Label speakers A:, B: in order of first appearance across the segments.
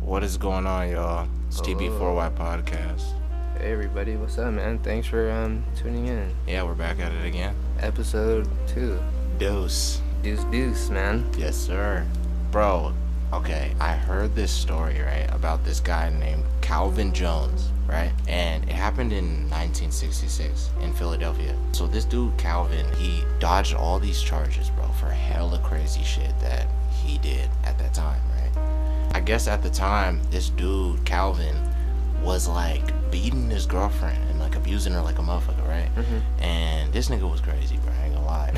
A: What is going on, y'all? It's TB4Y Podcast.
B: Hey everybody, what's up, man? Thanks for um tuning in.
A: Yeah, we're back at it again.
B: Episode two,
A: Dose.
B: deuce deuce, man.
A: Yes, sir. Bro, okay, I heard this story, right, about this guy named Calvin Jones, right? And it happened in 1966 in Philadelphia. So this dude, Calvin, he dodged all these charges, bro, for hella crazy shit that he did at that time, right? I guess at the time, this dude, Calvin, was like beating his girlfriend and like abusing her like a motherfucker, right? And this nigga was crazy, bro. I ain't gonna lie.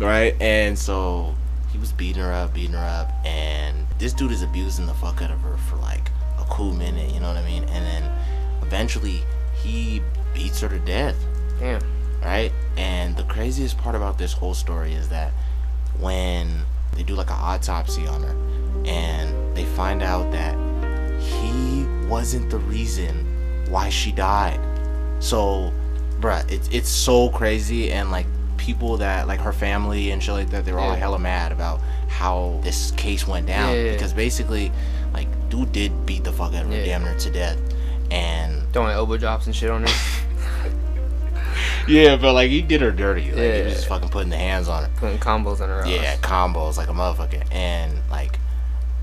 A: right? And so he was beating her up, beating her up, and this dude is abusing the fuck out of her for like a cool minute, you know what I mean? And then eventually he beats her to death,
B: Damn.
A: right? And the craziest part about this whole story is that when they do like an autopsy on her and they find out that he wasn't the reason why she died. So, bruh, it's it's so crazy and like people that like her family and shit like that, they were all
B: Yeah.
A: hella mad about how this case went down
B: Yeah.
A: because basically, like, dude did beat the fuck out of her
B: Yeah.
A: damn near to death, and
B: Throwing elbow drops and shit on her,
A: yeah, but like he did her dirty, like he
B: Yeah.
A: was just fucking putting the hands on her.
B: putting combos on her.
A: Yeah, combos like a motherfucker. And like,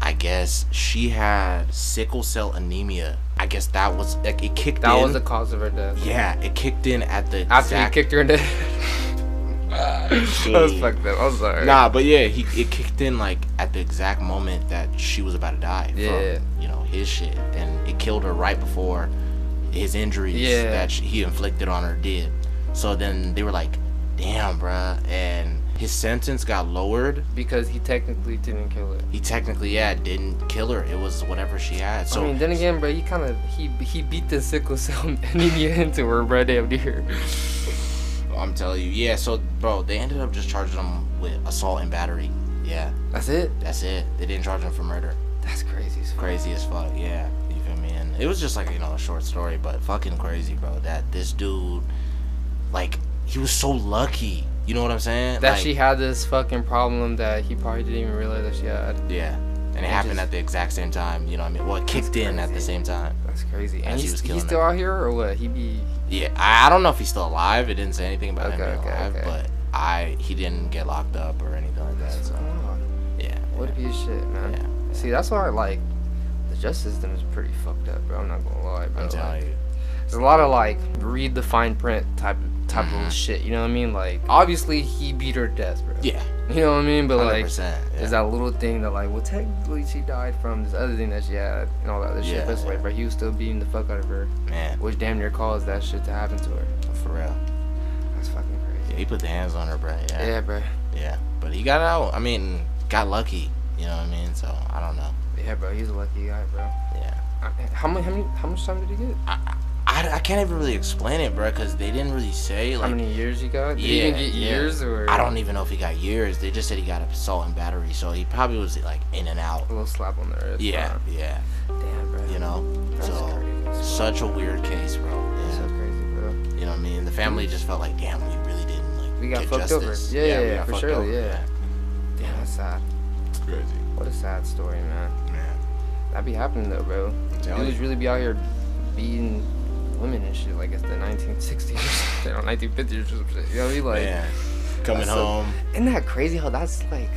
A: I guess she had sickle cell anemia. I guess that was like it kicked
B: That
A: in.
B: was the cause of her death.
A: yeah, it kicked in at the
B: After
A: exact-
B: he kicked her in the. I was fucked up. I'm sorry.
A: Nah, but yeah, he it kicked in like at the exact moment that she was about to die.
B: Yeah.
A: From, you know his shit, and it killed her right before his injuries
B: Yeah.
A: that she, he inflicted on her did. So then they were like, "Damn, bruh," and his sentence got lowered
B: Because he technically didn't kill her.
A: he technically yeah didn't kill her it was whatever she had so
B: I mean, then again, bro, he kind of he he beat the sickle cell anemia into her, bro. Damn dear.
A: i'm telling you yeah so bro they ended up just charging him with assault and battery yeah
B: That's it.
A: that's it they didn't charge him for murder
B: That's crazy. as fuck.
A: crazy as fuck yeah you feel me and it was just like you know a short story but fucking crazy bro that this dude like he was so lucky you know what i'm saying
B: That
A: Like,
B: she had this fucking problem that he probably didn't even realize that she had.
A: yeah and it,
B: It
A: happened
B: just-
A: at the exact same time you know what i mean well it kicked in at the
B: crazy.
A: same time
B: That's crazy.
A: As
B: And
A: he
B: he's,
A: was
B: he's
A: killing
B: still
A: her.
B: out here or what? He be
A: Yeah, I, I don't know if he's still alive. It didn't say anything about him
B: Okay,
A: being
B: okay,
A: alive,
B: okay.
A: but I he didn't get locked up or anything like that. So yeah,
B: What a piece of shit, man.
A: yeah.
B: See, that's why like the justice system is pretty fucked up, bro. I'm not gonna lie,
A: I'm
B: bro. Like,
A: telling you.
B: there's a lot of like read the fine print type type
A: Mhm.
B: of shit. You know what I mean? Like obviously he beat her to death, bro.
A: Yeah,
B: You know what I mean? But
A: hundred
B: like.
A: percent.
B: There's that little thing that like, well, technically she died from this other thing that she had and all that other
A: Yeah,
B: shit. But it's
A: yeah.
B: like, bro, he was still beating the fuck out of her,
A: Man,
B: which damn near caused that shit to happen to her.
A: for real.
B: That's fucking
A: Yeah,
B: crazy.
A: he put the hands on her, bro.
B: Yeah,
A: Yeah, yeah.
B: yeah bro.
A: But he got out. I mean, got lucky. You know what I mean? So I don't know.
B: Yeah, bro. He's a lucky guy, bro.
A: Yeah.
B: I- How many, how many, how much time did he get?
A: I, I can't even really explain it, bro, because they didn't really say
B: How
A: like.
B: many years you got? Did you
A: Yeah,
B: even get
A: yeah.
B: years or
A: I don't even know if he got years. They just said he got assault and battery, so he probably was like in and out.
B: a little slap on the wrist.
A: Yeah, yeah.
B: bro. Damn, bro.
A: You know,
B: That's
A: so.
B: crazy.
A: such a weird case, bro.
B: That's so
A: Yeah.
B: crazy, bro.
A: You know what I mean? The family just felt like, damn, we really didn't like
B: We got
A: get
B: fucked over.
A: justice.
B: Yeah, yeah,
A: we
B: yeah,
A: got
B: for
A: fucked
B: sure,
A: over,
B: yeah. Damn, that's sad.
A: It's crazy,
B: What a sad story, man.
A: man.
B: That be happening though, bro.
A: I'm telling
B: Dudes
A: you.
B: really be out here beating women and shit like it's the 1960s or something, or 1950s or something. You know what I mean? Like,
A: Man, coming
B: that's so-
A: home.
B: isn't that crazy how that's like,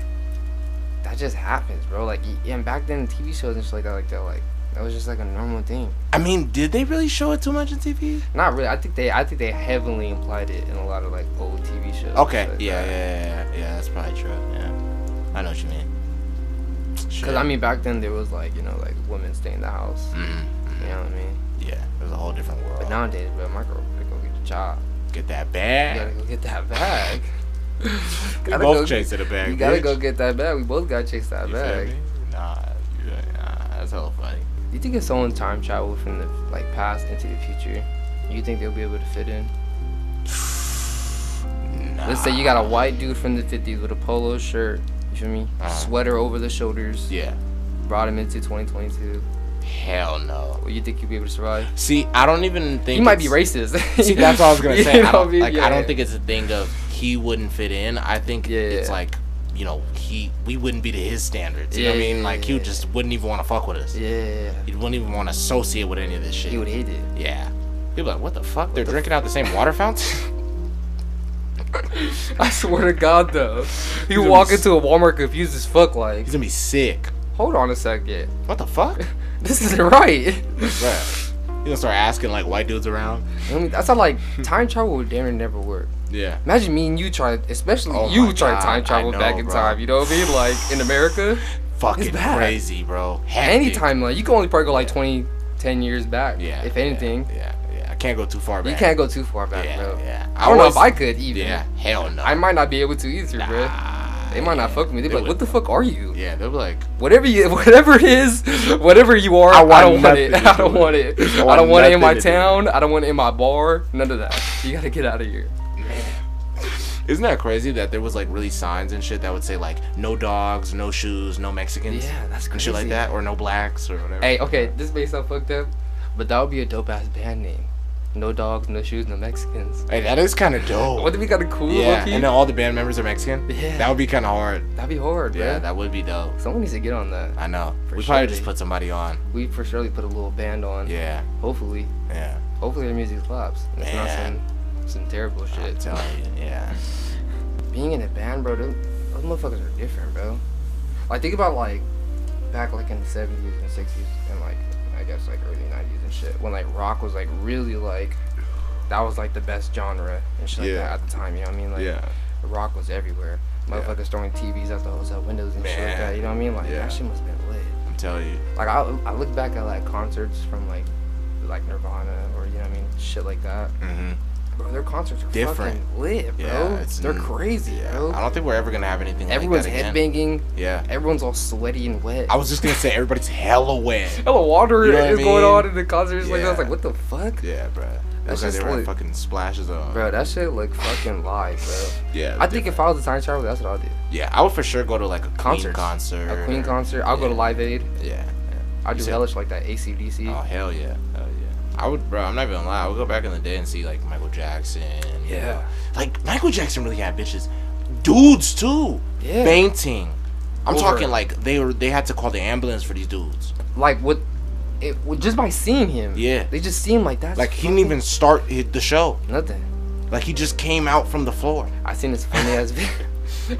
B: that just happens, bro? Like, y- and back then TV shows and shit like that, like that, like that was just like a normal thing.
A: I mean, did they really show it too much on TV?
B: Not really. I think they I think they heavily implied it in a lot of like old TV shows. and
A: Okay.
B: shit like
A: Yeah, yeah,
B: that.
A: yeah, yeah, yeah. That's probably true. Yeah, I know what you mean.
B: Cause I mean back then there was like you know like women stay in the house.
A: mm
B: You know what I mean?
A: yeah, it was a whole different world.
B: But nowadays, bro, my girl gotta go get a job.
A: Get that
B: You gotta
A: bag.
B: go get that bag.
A: We
B: Gotta
A: both
B: go-
A: chasing the bag.
B: you gotta
A: bitch.
B: go get that bag. We both gotta chase that
A: You feel
B: bag.
A: me? Nah, you- nah, that's hella funny.
B: You think if someone time traveled from the like past into the future, you think they'll be able to fit in?
A: Nah.
B: Let's say you got a white dude from the 50s with a polo shirt. You feel me?
A: Uh-huh.
B: Sweater over the shoulders.
A: Yeah.
B: Brought him into 2022.
A: Hell no.
B: Well, you think you'll be able to survive?
A: See, I don't even think
B: You might be
A: it's-
B: racist.
A: See, that's what I was gonna
B: You
A: say.
B: know
A: I
B: what
A: don't,
B: mean?
A: like, I
B: Yeah.
A: don't think it's a thing of he wouldn't fit in. I think
B: Yeah,
A: it's
B: yeah.
A: like, yo, you know, he we wouldn't be to his standards. You know what I
B: Yeah,
A: mean? Like he
B: yeah,
A: just wouldn't even want to fuck with us.
B: Yeah.
A: He wouldn't even want to associate with any of this shit.
B: He would hate it.
A: yeah. People like, what the fuck? They're drinking out the same water fountain?
B: I swear to God, though. You
A: gonna
B: walk
A: be s-
B: into a Walmart confused as fuck, like,
A: He's gonna be sick.
B: hold on a second.
A: What the fuck?
B: This isn't right.
A: Bruh. He's gonna start asking like white dudes around.
B: I mean, that's how, like, time travel would damn near never work.
A: Yeah.
B: Imagine me and you try, especially
A: Oh my
B: you try to
A: God,
B: time
A: I
B: travel
A: know,
B: back in
A: bro.
B: time, you know what I mean? Like, in America,
A: Fucking
B: bad.
A: crazy, bro. Hectic.
B: any timeline, you can only probably go like 20, 10 years back,
A: Yeah.
B: if anything.
A: Yeah, yeah. I can't go too far back.
B: You can't go too far back,
A: Yeah,
B: bro.
A: yeah.
B: I don't know if
A: always-
B: I could even.
A: Yeah. Hell no.
B: I might not be able to either, bro.
A: Nah,
B: They might not
A: yeah.
B: fuck with me. They'd be
A: They
B: like, "What
A: would-
B: the fuck are you?
A: Yeah, they'll be like,
B: Whatever you, whatever it is, whatever you are,
A: I
B: I,
A: want
B: don't want it.
A: nothing to
B: I don't
A: do
B: want
A: with
B: it.
A: it. I
B: I don't
A: want
B: want it
A: nothing
B: in my
A: to do with
B: town. I don't want it in my bar. None of that. You gotta get out of here."
A: isn't that crazy that there was like really signs and shit that would say like no dogs, no shoes, no Mexicans,
B: Yeah, that's
A: and shit like
B: crazy.
A: that, or no blacks or whatever.
B: Hey, okay, this may sound fucked up, but that would be a dope ass band name. No dogs, no shoes, no Mexicans.
A: Hey, that is kind of dope.
B: Wouldn't it be kind of cool?
A: yeah,
B: low-key?
A: and then all the band members are Mexican.
B: Yeah.
A: that would be kind of hard.
B: that'd be hard,
A: Yeah,
B: yeah.
A: that would be dope.
B: Someone needs to get on that.
A: I know.
B: For
A: we
B: sure,
A: probably just
B: dude.
A: put somebody on.
B: We for surely put a little band on.
A: Yeah,
B: Hopefully,
A: yeah.
B: hopefully their music claps. It's not
A: Man.
B: some some terrible
A: I'm
B: shit.
A: telling you. Yeah.
B: being in a band, bro, them, those motherfuckers are different, bro. Like think about like back like in the seventies and sixties and like I guess like early nineties and shit when like rock was like really like that was like the best genre and shit like
A: Yeah.
B: that at the time. You know what I mean? Like
A: Yeah.
B: rock was everywhere.
A: Yeah.
B: Motherfuckers throwing TVs out the hotel windows and shit like
A: Man.
B: that. You know what I mean? Like
A: Yeah.
B: that shit must have been lit.
A: I'm telling you.
B: Like I I look back at like concerts from like like Nirvana or you know what I mean shit like that.
A: Mm-hmm.
B: Bro, their concerts are
A: Different.
B: fucking lit, bro.
A: Yeah, it's-
B: They're crazy,
A: Yeah.
B: bro.
A: I don't think we're ever gonna have anything
B: Everyone's
A: like that again.
B: headbanging.
A: Yeah.
B: Everyone's all sweaty and wet.
A: I was just gonna say everybody's hella wet.
B: Hella water
A: You know what I
B: is going
A: mean?
B: on in the concerts like that. I was
A: Yeah.
B: like, what the fuck?
A: Yeah, bro. That's
B: That's
A: like
B: just
A: they were
B: like-
A: fucking splashes on.
B: Bro, that shit look fucking live, bro.
A: Yeah.
B: I think if I was a time traveler, that's what I'll do.
A: Yeah, I would for sure go to like a Queen
B: Concerts.
A: concert.
B: A Queen concert. I'll go to
A: Yeah.
B: Live Aid.
A: Yeah.
B: I'll do
A: said-
B: hellish like that ACDC.
A: Oh hell yeah. Hell yeah. I would, bro. I'm not even gonna lie. I would go back in the day and see like Michael Jackson. you
B: Yeah.
A: know. Like Michael Jackson really had bitches, dudes too.
B: Yeah.
A: Fainting. I'm
B: Over.
A: talking like they were. They had to call the ambulance for these dudes.
B: Like what? It with- just by seeing him.
A: Yeah.
B: They just seem like that.
A: Like he didn't even start hi- the show.
B: nothing.
A: Like he just came out from the floor.
B: I seen this funny ass video.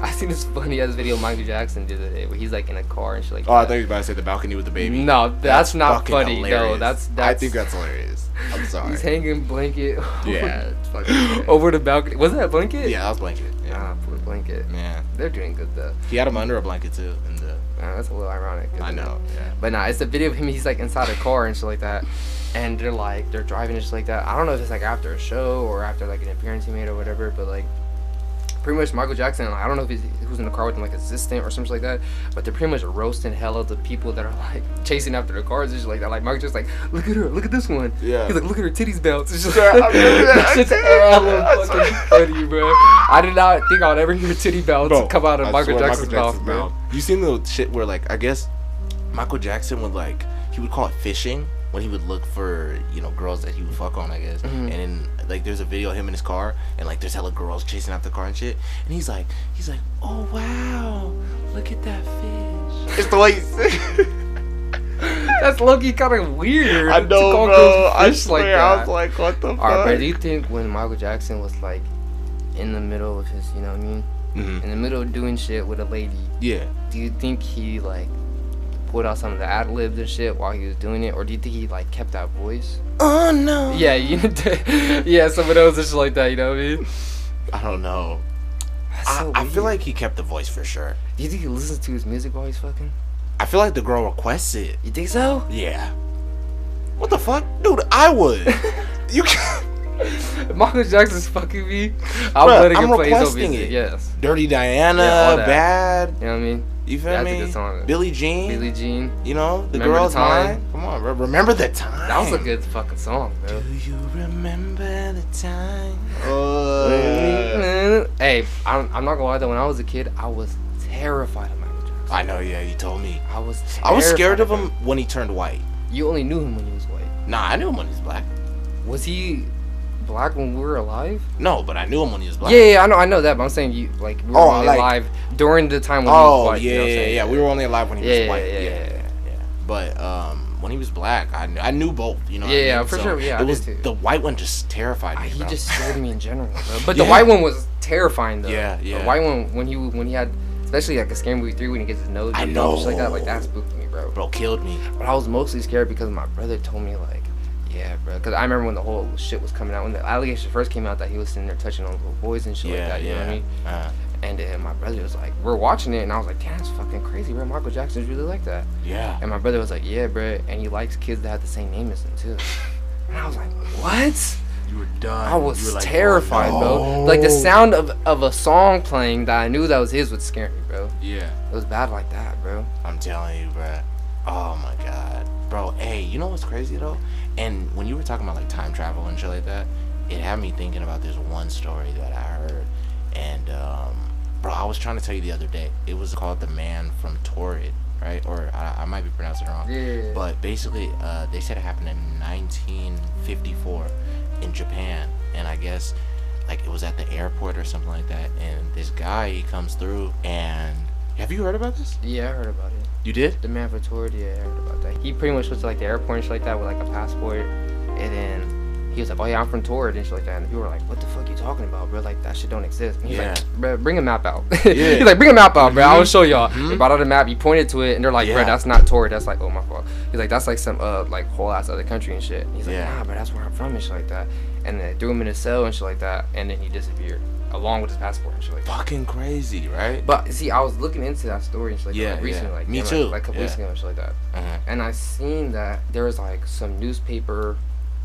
B: I seen this funny ass video of Michael Jackson the other day where he's like in a car and shit like.
A: Oh, I
B: that.
A: thought you were about to say the balcony with the baby.
B: No, that's, not
A: Mm-hmm. fucking
B: funny. No,
A: hilarious.
B: that's that's.
A: I think that's hilarious. I'm sorry.
B: He's hanging blanket. over-
A: Yeah, it's fucking hilarious.
B: over the balcony. Was that a blanket?
A: yeah, that was blanket. Yeah.
B: Ah, poor blanket.
A: Yeah.
B: They're doing good though.
A: He had him under a blanket too. In the,
B: Ah, that's a little ironic.
A: I
B: isn't it?
A: know. Yeah.
B: But nah, it's a video of him. He's like inside a car and shit like that, and they're like they're driving and shit like that. I don't know if it's like after a show or after like an appearance he made or whatever, but like. Pretty much Michael Jackson. Like, I don't know if he's who's in the car with him, like assistant or something like that. But they're pretty much roasting hell of the people that are like chasing after the cars and shit like that. Like Michael just like, look at her, look at this one.
A: Yeah.
B: He's like, look at her titties bounce. It's just
A: Yeah, I
B: like,
A: remember that.
B: that shit's hella fucking funny, bro. I did not think I'd ever hear titty bounce come out of
A: I
B: Michael
A: swear,
B: Jackson's, mouth, bro.
A: You seen the shit where like I guess Michael Jackson would like he would call it fishing when he would look for you know girls that he would fuck on I guess and then like there's a video of him in his car and like there's hella girls chasing after the car and shit and he's like he's like oh wow look at that fish it's the way he said-
B: That's Loki kind of weird.
A: I
B: to
A: know
B: call
A: bro
B: girls
A: I
B: fish
A: swear I was like what the fuck
B: All right, bro. Do you think when Michael Jackson was like in the middle of his, you know what I mean,
A: Mhm.
B: in the middle of doing shit with a lady,
A: yeah
B: do you think he like pulled out some of the ad libs and shit while he was doing it, or do you think he like kept that voice?
A: oh no
B: Yeah, you, yeah, some of those and shit like that. You know what I mean?
A: I don't know
B: That's
A: I,
B: so
A: I feel
B: weird.
A: like he kept the voice for sure
B: Do you think he listens to his music while he's fucking?
A: I feel like the girl requests it
B: You think so?
A: Yeah. What the fuck? Dude, I would. you can
B: If Michael Jackson's fucking me. I'm
A: Bruh,
B: letting
A: I'm
B: him play his own
A: requesting
B: music.
A: it.
B: Yes.
A: Dirty Diana,
B: Yeah, all that.
A: bad.
B: You know what I mean?
A: You feel
B: That's a
A: me?
B: good song.
A: Billie Jean.
B: Billie Jean.
A: You know, the
B: Remember the
A: girl's
B: Time?
A: mine. Come on, bro. Remember the time.
B: That was a good fucking song, bro.
A: Do you remember the time? Oh,
B: Uh, hey, I'm, I'm not gonna lie though. When I was a kid, I was terrified of Michael Jackson.
A: I know, yeah, you told me.
B: I was. Terrified
A: I was scared of him when he turned white.
B: You only knew him when he was white.
A: Nah, I knew him when he was black.
B: Was he? black when we were alive?
A: No, but I knew him when he was black.
B: Yeah, yeah, I know, I know that, but I'm saying you like we were
A: Oh,
B: only
A: like-
B: alive during the time when he was
A: Oh
B: white.
A: yeah,
B: you know what I'm
A: yeah,
B: saying?
A: yeah. We were only alive when he
B: Yeah,
A: was
B: yeah,
A: white.
B: yeah,
A: Yeah,
B: yeah,
A: yeah,
B: yeah.
A: But um, when he was black, I knew, I knew both. You know. what I
B: Yeah,
A: mean?
B: for sure, yeah, I
A: It
B: did
A: was
B: too.
A: the white one just terrified
B: Ah,
A: me.
B: he
A: bro.
B: just scared me in general, bro. But the
A: Yeah.
B: white one was terrifying though.
A: Yeah, yeah.
B: The white one when he when he had especially like a scary movie three when he gets his nose
A: I
B: ripped off, shit like that
A: know.
B: like that spooked me, bro.
A: bro killed me.
B: But I was mostly scared because my brother told me like, yeah, bro. Because I remember when the whole shit was coming out when the allegations first came out that he was sitting there touching on little boys and shit like
A: Yeah,
B: that. You know what I
A: yeah.
B: mean?
A: Uh,
B: And then my brother was like, we're watching it, and I was like, damn, that's fucking crazy, bro. Michael Jackson's really like that.
A: yeah.
B: And my brother was like, yeah, bro. And he likes kids that have the same name as him too. And I was like, what?
A: You were done.
B: I
A: Uh, You
B: was
A: were like,
B: terrified,
A: oh,
B: bro.
A: no.
B: Like the sound of, of a song playing that I knew that was his would scare me, bro.
A: Yeah.
B: It was bad like that, bro.
A: I'm telling you, bro. Oh my god, bro. Hey, you know what's crazy though? And when you were talking about like time travel and shit like that, it had me thinking about this one story that I heard. And um, bro, I was trying to tell you the other day. It was called "The Man from Torrid," right? Or I, I might be pronouncing it wrong.
B: Yeah.
A: But basically, uh, they said it happened in 1954 in Japan, and I guess like it was at the airport or something like that. And this guy he comes through, and have you heard about this?
B: Yeah, I heard about it.
A: You did?
B: The man for Torrid, yeah, I heard about that. He pretty much was to like the airport and shit like that with like a passport. And then he was like, oh yeah, I'm from Torrid and shit like that. And people were like, what the fuck you talking about, bro? Like that shit don't exist. And he's
A: Yeah.
B: like, bro, bring a map out.
A: Yeah.
B: he's like, bring a map out, bro. I'll
A: Mhm.
B: show y'all.
A: Mhm.
B: He brought out a map. He pointed to it and they're like, bro,
A: Yeah.
B: that's not Torrid. That's like, oh my fault. He's like, that's like some uh like whole ass other country and shit. And he's like,
A: Yeah.
B: nah, bro, that's where I'm from and shit like that. And then they threw him in a cell and shit like that. And then he disappeared along with his passport and shit like that.
A: fucking crazy, right?
B: But see, I was looking into that story and shit like
A: Yeah,
B: that
A: yeah.
B: like, recently, like
A: Me
B: damn,
A: too.
B: like, like a couple weeks
A: Yeah.
B: ago and shit like that
A: Uh-huh.
B: and I seen that there was like some newspaper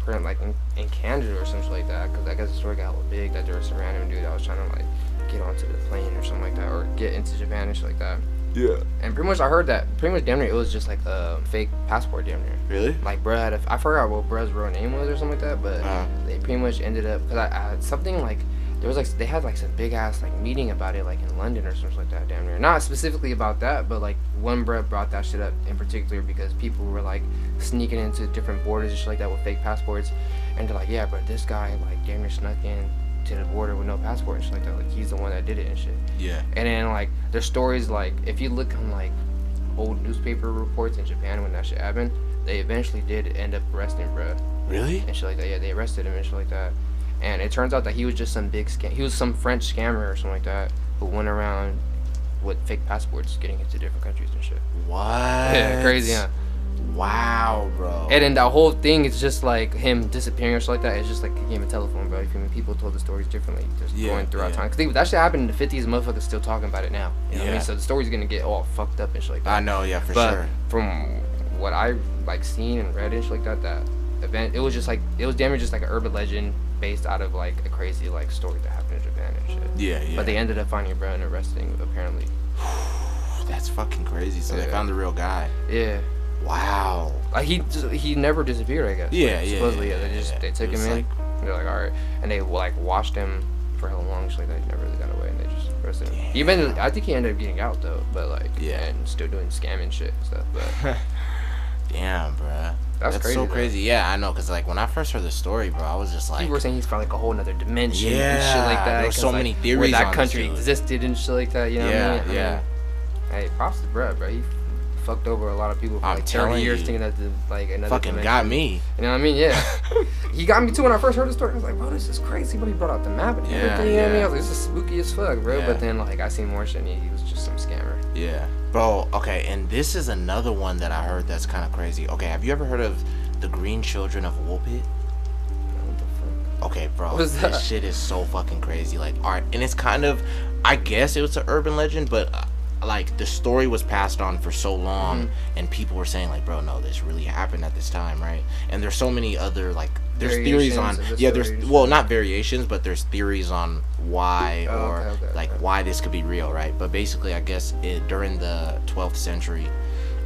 B: print like in, in Canada or something like that because I guess the story got a little big that there was some random dude that was trying to like get onto the plane or something like that or get into Japan and shit like that.
A: Yeah.
B: And pretty much I heard that pretty much damn near it was just like a fake passport damn near.
A: Really?
B: Like bruh had a, I forgot what bruh's real name was or something like that, but
A: Uh-huh.
B: they pretty much ended up because I, I something like there was like they had like some big ass like meeting about it like in London or something like that damn near not specifically about that but like one bruh brought that shit up in particular because people were like sneaking into different borders and shit like that with fake passports and they're like yeah but this guy like damn near snuck in to the border with no passport and shit like that like he's the one that did it and shit
A: Yeah.
B: and then like there's stories like if you look on like old newspaper reports in Japan when that shit happened they eventually did end up arresting bruh
A: Really?
B: and shit like that. Yeah, they arrested him and shit like that. And it turns out that he was just some big scam. He was some French scammer or something like that who went around with fake passports getting into different countries and shit.
A: What?
B: Yeah, crazy, huh?
A: Wow, bro.
B: And then that whole thing is just like him disappearing or shit like that. It's just like a game of telephone, bro. If you mean people told the stories differently, just
A: Yeah,
B: going throughout
A: yeah.
B: time. 'Cause time. Because that shit happened in the 50s, motherfuckers still talking about it now. You know what
A: Yeah.
B: I mean? So the story's gonna get all fucked up and shit like that.
A: I know, yeah, for
B: but
A: sure.
B: from what I've like seen and read and shit like that, that event it was just like it was damn near just like an urban legend based out of like a crazy like story that happened in Japan and shit.
A: Yeah, yeah.
B: But they ended up finding Brown and arresting him, apparently.
A: That's fucking crazy. So they
B: Yeah.
A: found the real guy.
B: Yeah,
A: Wow.
B: like he just, he never disappeared. I guess.
A: Yeah,
B: Like,
A: yeah,
B: Supposedly,
A: yeah,
B: yeah. They
A: yeah,
B: just
A: yeah.
B: they
A: It
B: took him
A: was
B: in.
A: like-
B: and they're like, all right, and they like washed him for how long? Shit like that. He never really got away, and they just arrested him. He eventually, I think he ended up getting out though, but like
A: Yeah.
B: and still doing scamming shit and stuff. But
A: Damn, bro.
B: That's crazy,
A: so
B: though.
A: crazy. Yeah, I know. Cause like when I first heard the story, bro, I was just like,
B: people were saying he's from like a whole nother dimension and shit
A: Yeah,
B: like that.
A: there were
B: 'cause,
A: so
B: like,
A: many
B: where
A: theories
B: that
A: on this
B: country
A: dude.
B: existed and shit like that. You know
A: yeah,
B: what I mean? I
A: yeah.
B: mean, hey, props to bruh, bro. He fucked over a lot of people for
A: I'm
B: like 30
A: telling
B: years
A: you.
B: thinking that the, like another
A: Fucking
B: dimension.
A: got me.
B: You know what I mean? Yeah. he got me too when I first heard the story. I was like, bro, this is crazy. But he brought out the map and
A: Yeah,
B: everything. You know what I mean? I
A: yeah.
B: was like, this is spooky as fuck, bro. But
A: Yeah.
B: then like I seen more shit and he, he was just some scammer.
A: Yeah. Bro, okay, and this is another one that I heard that's kind of crazy. Okay, have you ever heard of the Green Children of Woolpit?
B: What the fuck?
A: Okay, bro,
B: What is
A: this
B: that?
A: shit is so fucking crazy. Like, art, and it's kind of, I guess it was an urban legend, but uh, like the story was passed on for so long,
B: Mm-hmm.
A: and people were saying like, bro, no, this really happened at this time, right? And there's so many other like, there's theories on,
B: Variations of the
A: yeah, there's
B: stories.
A: well, not variations, but there's theories on why
B: Oh,
A: or
B: okay, okay,
A: like
B: okay.
A: why this could be real, right? But basically, I guess it, during the 12th century,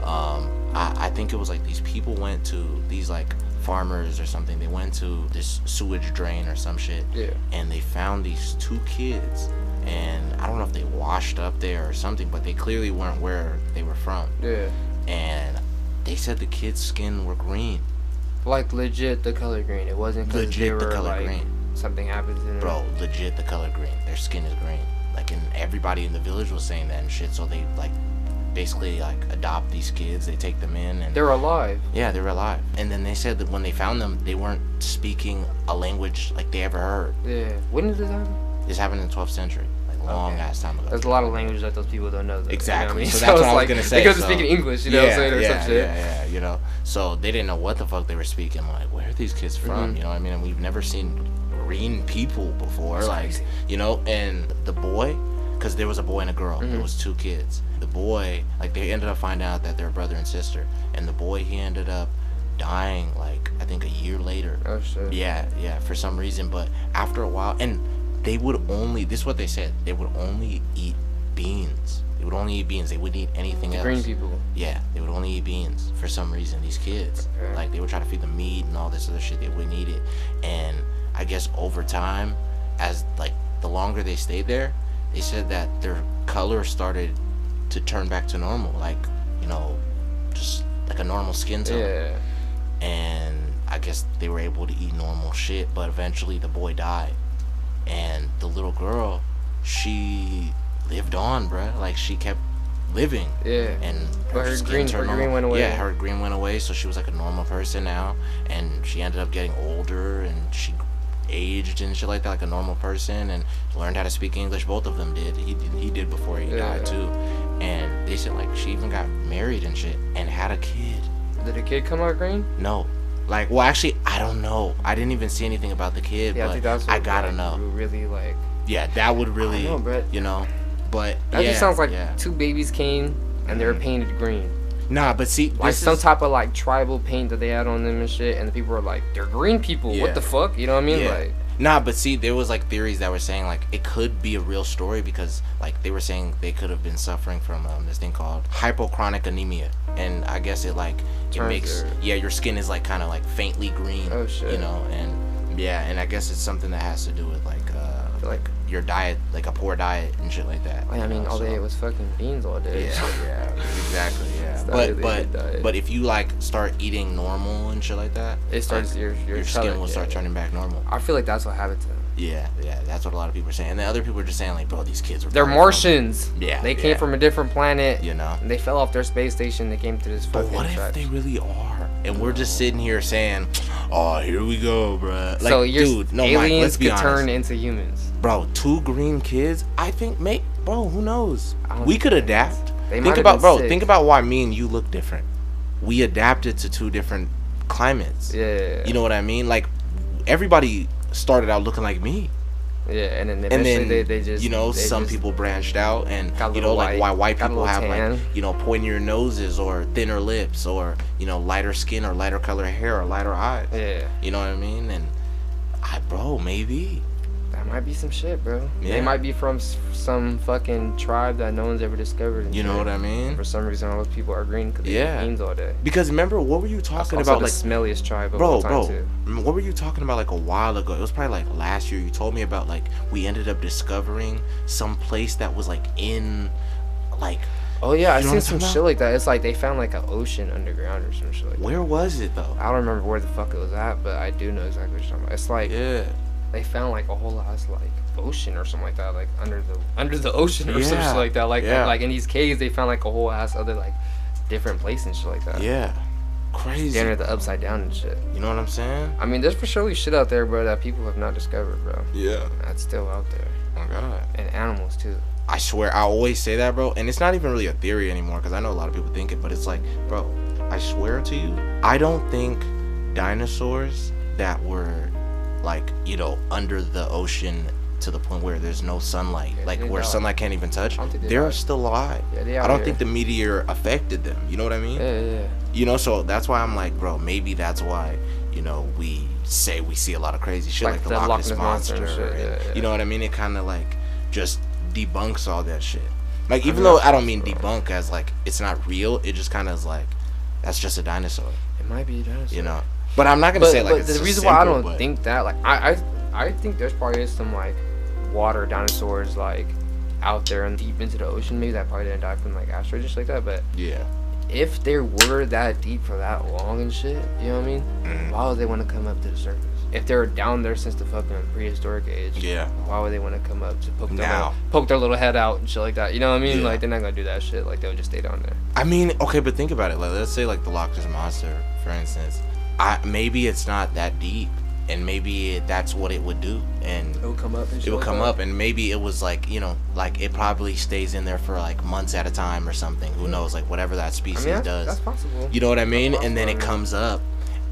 A: um, I, I think it was like these people went to these like farmers or something. They went to this sewage drain or some shit,
B: Yeah.
A: and they found these two kids. And I don't know if they washed up there or something, but they clearly weren't where they were from.
B: Yeah.
A: And they said the kids' skin were green,
B: Like legit the color green. It wasn't because they
A: legit
B: were
A: the color
B: like
A: green.
B: something happens to them.
A: bro, legit the color green. Their skin is green. Like, and everybody in the village was saying that and shit. So they like, basically like adopt these kids. They take them in and
B: They're alive.
A: yeah, they were alive. And then they said that when they found them, they weren't speaking a language like they ever heard.
B: Yeah. When did this happen?
A: This happened in the 12th century, like long ass time ago.
B: There's a lot of languages that those people don't know. Though,
A: Exactly.
B: You know
A: So
B: what I mean?
A: that's what
B: it's
A: I was
B: like,
A: gonna say,
B: Because
A: so-
B: they're speaking English, you know what I'm saying, or
A: yeah,
B: some shit.
A: Yeah, yeah, you know. So they didn't know what the fuck they were speaking. Like, where are these kids from?
B: Mm-hmm.
A: You know what I mean? And we've never seen green people before. like,
B: crazy.
A: you know, and the boy, because there was a boy and a girl. There
B: Mm-hmm.
A: was two kids. The boy, like, they ended up finding out that they're brother and sister. And the boy, he ended up dying, like, I think a year later.
B: Oh shit.
A: Yeah, yeah, for some reason. But after a while, and they would only, this is what they said, they would only eat beans. They would only eat beans. They wouldn't eat anything else.
B: Green people.
A: Yeah, they would only eat beans for some reason. These kids,
B: Okay.
A: like they would try to feed them meat and all this other shit. They wouldn't eat it, and I guess over time, as like the longer they stayed there, they said that their color started to turn back to normal, like you know, just like a normal skin tone.
B: Yeah.
A: And I guess they were able to eat normal shit, but eventually the boy died, and the little girl, she lived on, bruh. Like she kept living
B: Yeah.
A: and
B: But her
A: skin
B: green- her
A: turned
B: green
A: normal.
B: went away.
A: Yeah, her green went away, so she was like a normal person now, and she ended up getting older and she aged and shit like that, like a normal person, and learned how to speak English. Both of them did. He did, he did before he
B: Yeah.
A: died too, and they said like she even got married and shit and had a kid.
B: Did the kid come out green?
A: No. Like, well, actually, I don't know. I didn't even see anything about the kid,
B: Yeah, I
A: but I,
B: think that's. what,
A: gotta
B: like,
A: know.
B: you Really like.
A: Yeah, that would really,
B: know, Brett.
A: you know, but
B: That
A: yeah,
B: just sounds like
A: yeah.
B: two babies came and they were painted green.
A: nah. But see,
B: Like
A: this is-
B: some type of like tribal paint that they had on them and shit, and the people were like, "They're green people.
A: Yeah.
B: What the fuck?" You know what I mean?
A: Yeah.
B: Like,
A: Nah, but see, there was like theories that were saying like it could be a real story because like they were saying they could have been suffering from um, this thing called hypochronic anemia, and I guess it like it
B: Turns
A: makes
B: your-
A: yeah your skin is like kind of like faintly green.
B: Oh, shit.
A: You know, and yeah, and I guess it's something that has to do with like uh
B: like,
A: your diet, like a poor diet and shit like that.
B: Oh, I
A: you
B: mean,
A: know,
B: all
A: so-
B: they ate was fucking beans all day.
A: yeah, yeah, exactly, yeah.
B: It's not
A: But
B: really a good
A: but
B: diet.
A: but if you like start eating normal and shit like that,
B: It starts-
A: like,
B: your- your
A: skin
B: color-
A: will
B: yeah,
A: start
B: yeah.
A: turning back normal.
B: I feel like that's what happened to them.
A: Yeah, yeah, that's what a lot of people are saying. And then other people are just saying like, bro, these kids are
B: They're
A: probably
B: Martians.
A: Yeah,
B: They came
A: yeah.
B: from a different planet.
A: from- you know.
B: And they fell off their space station. They came to this
A: But
B: fucking.
A: what if
B: track.
A: they really are? And we're just sitting here saying, "Oh, here we go, bro." Like,
B: so your
A: dude, no,
B: aliens
A: Mike, let's be
B: could
A: honest,
B: turn into humans.
A: bro. Two green kids. I think, mate, bro. Who knows?
B: I don't
A: We
B: think
A: could
B: they-
A: adapt.
B: they might
A: think
B: have
A: about,
B: been
A: bro.
B: sick.
A: Think about why me and you look different. We adapted to two different climates.
B: Yeah.
A: You know what I mean? Like, everybody started out looking like me.
B: Yeah, and then
A: and
B: eventually
A: then
B: they, they just
A: you know
B: they
A: some
B: just-
A: people branched out and
B: Got a
A: you know
B: little
A: like
B: white-
A: why white
B: got a
A: people have
B: little
A: like
B: tan.
A: you know pointier noses or thinner lips or you know lighter skin or lighter color hair or lighter eyes
B: Yeah,
A: you know what i mean and i bro maybe
B: that might be some shit, bro.
A: Yeah.
B: They might be from s- some fucking tribe that no one's ever discovered. and
A: you know
B: shit.
A: what i mean
B: For some reason, all those people are green because they
A: Yeah.
B: eat beans all day.
A: because remember what were you talking
B: also
A: about
B: the
A: like
B: smelliest tribe of
A: bro
B: all time
A: bro
B: too.
A: mm, what were you talking about like a while ago it was probably like last year you told me about like we ended up discovering some place that was like in like
B: Oh yeah, I
A: You know what I'm
B: seen some
A: talking
B: shit
A: about?
B: like that. It's like they found like an ocean underground or some shit like that.
A: where was it though
B: I don't remember where the fuck it was at, but I do know exactly what you're talking about. It's like
A: yeah
B: they found like a whole ass like ocean or something like that, like under the under the ocean or some
A: Yeah,
B: shit like that. Like
A: yeah.
B: like in these caves, they found like a whole ass other like different place and shit like that.
A: yeah crazy
B: They entered the upside down and shit.
A: You know what I'm saying?
B: I mean, there's for surely shit out there, bro, that people have not discovered, bro.
A: Yeah.
B: That's still out there,
A: Oh god.
B: and animals too.
A: I swear, I always say that, bro. And it's not even really a theory anymore, because I know a lot of people think it, but it's like, bro, I swear to you, I don't think dinosaurs that were, like, you know, under the ocean to the point where there's no sunlight,
B: Yeah,
A: like
B: they
A: where
B: died.
A: sunlight can't even touch,
B: don't think they
A: they're
B: died.
A: still alive.
B: Yeah, they
A: I
B: out
A: don't
B: here.
A: think the meteor affected them. You know what I mean?
B: Yeah, yeah, yeah.
A: You know, so that's why I'm like, bro, maybe that's why, you know, we say we see a lot of crazy shit like,
B: Like
A: the,
B: the
A: Loch,
B: Loch
A: Ness,
B: Ness
A: monster.
B: Monster and shit,
A: and-
B: yeah, yeah.
A: You know what I mean? It kind of like just debunks all that shit. Like, even
B: mean,
A: though
B: that's
A: I don't mean
B: possible.
A: debunk as like it's not real, it just kind of is like that's just a dinosaur,
B: It might be dinosaurs.
A: you know. But I'm not gonna
B: but,
A: say like
B: but
A: it's
B: the
A: so
B: reason why I
A: simple,
B: don't
A: but-
B: think that like I, I I think there's probably is some like water dinosaurs like out there and deep into the ocean maybe that probably didn't die from like asteroids and shit like that but
A: Yeah, Mm-hmm.
B: if they were that deep for that long and shit you know what I mean why would they want to come up to the surface if they were down there since the fucking prehistoric age,
A: Yeah.
B: why would they want to come up to poke their
A: Now.
B: little, poke their little head out and shit like that? You know what I mean?
A: Yeah.
B: Like they're not gonna do that shit. Like they would just stay down there.
A: I mean, okay, but think about it. Like, let's say like the Loch Ness monster, for instance. I maybe it's not that deep, and maybe it, that's what it would do, and
B: would come up. And
A: it would come up, and maybe it was like you know, like it probably stays in there for like months at a time or something. Who knows? Like whatever that
B: Mm-hmm. I
A: species
B: mean, that's,
A: does.
B: that's possible.
A: You know what I mean? And then it
B: possible.
A: comes up,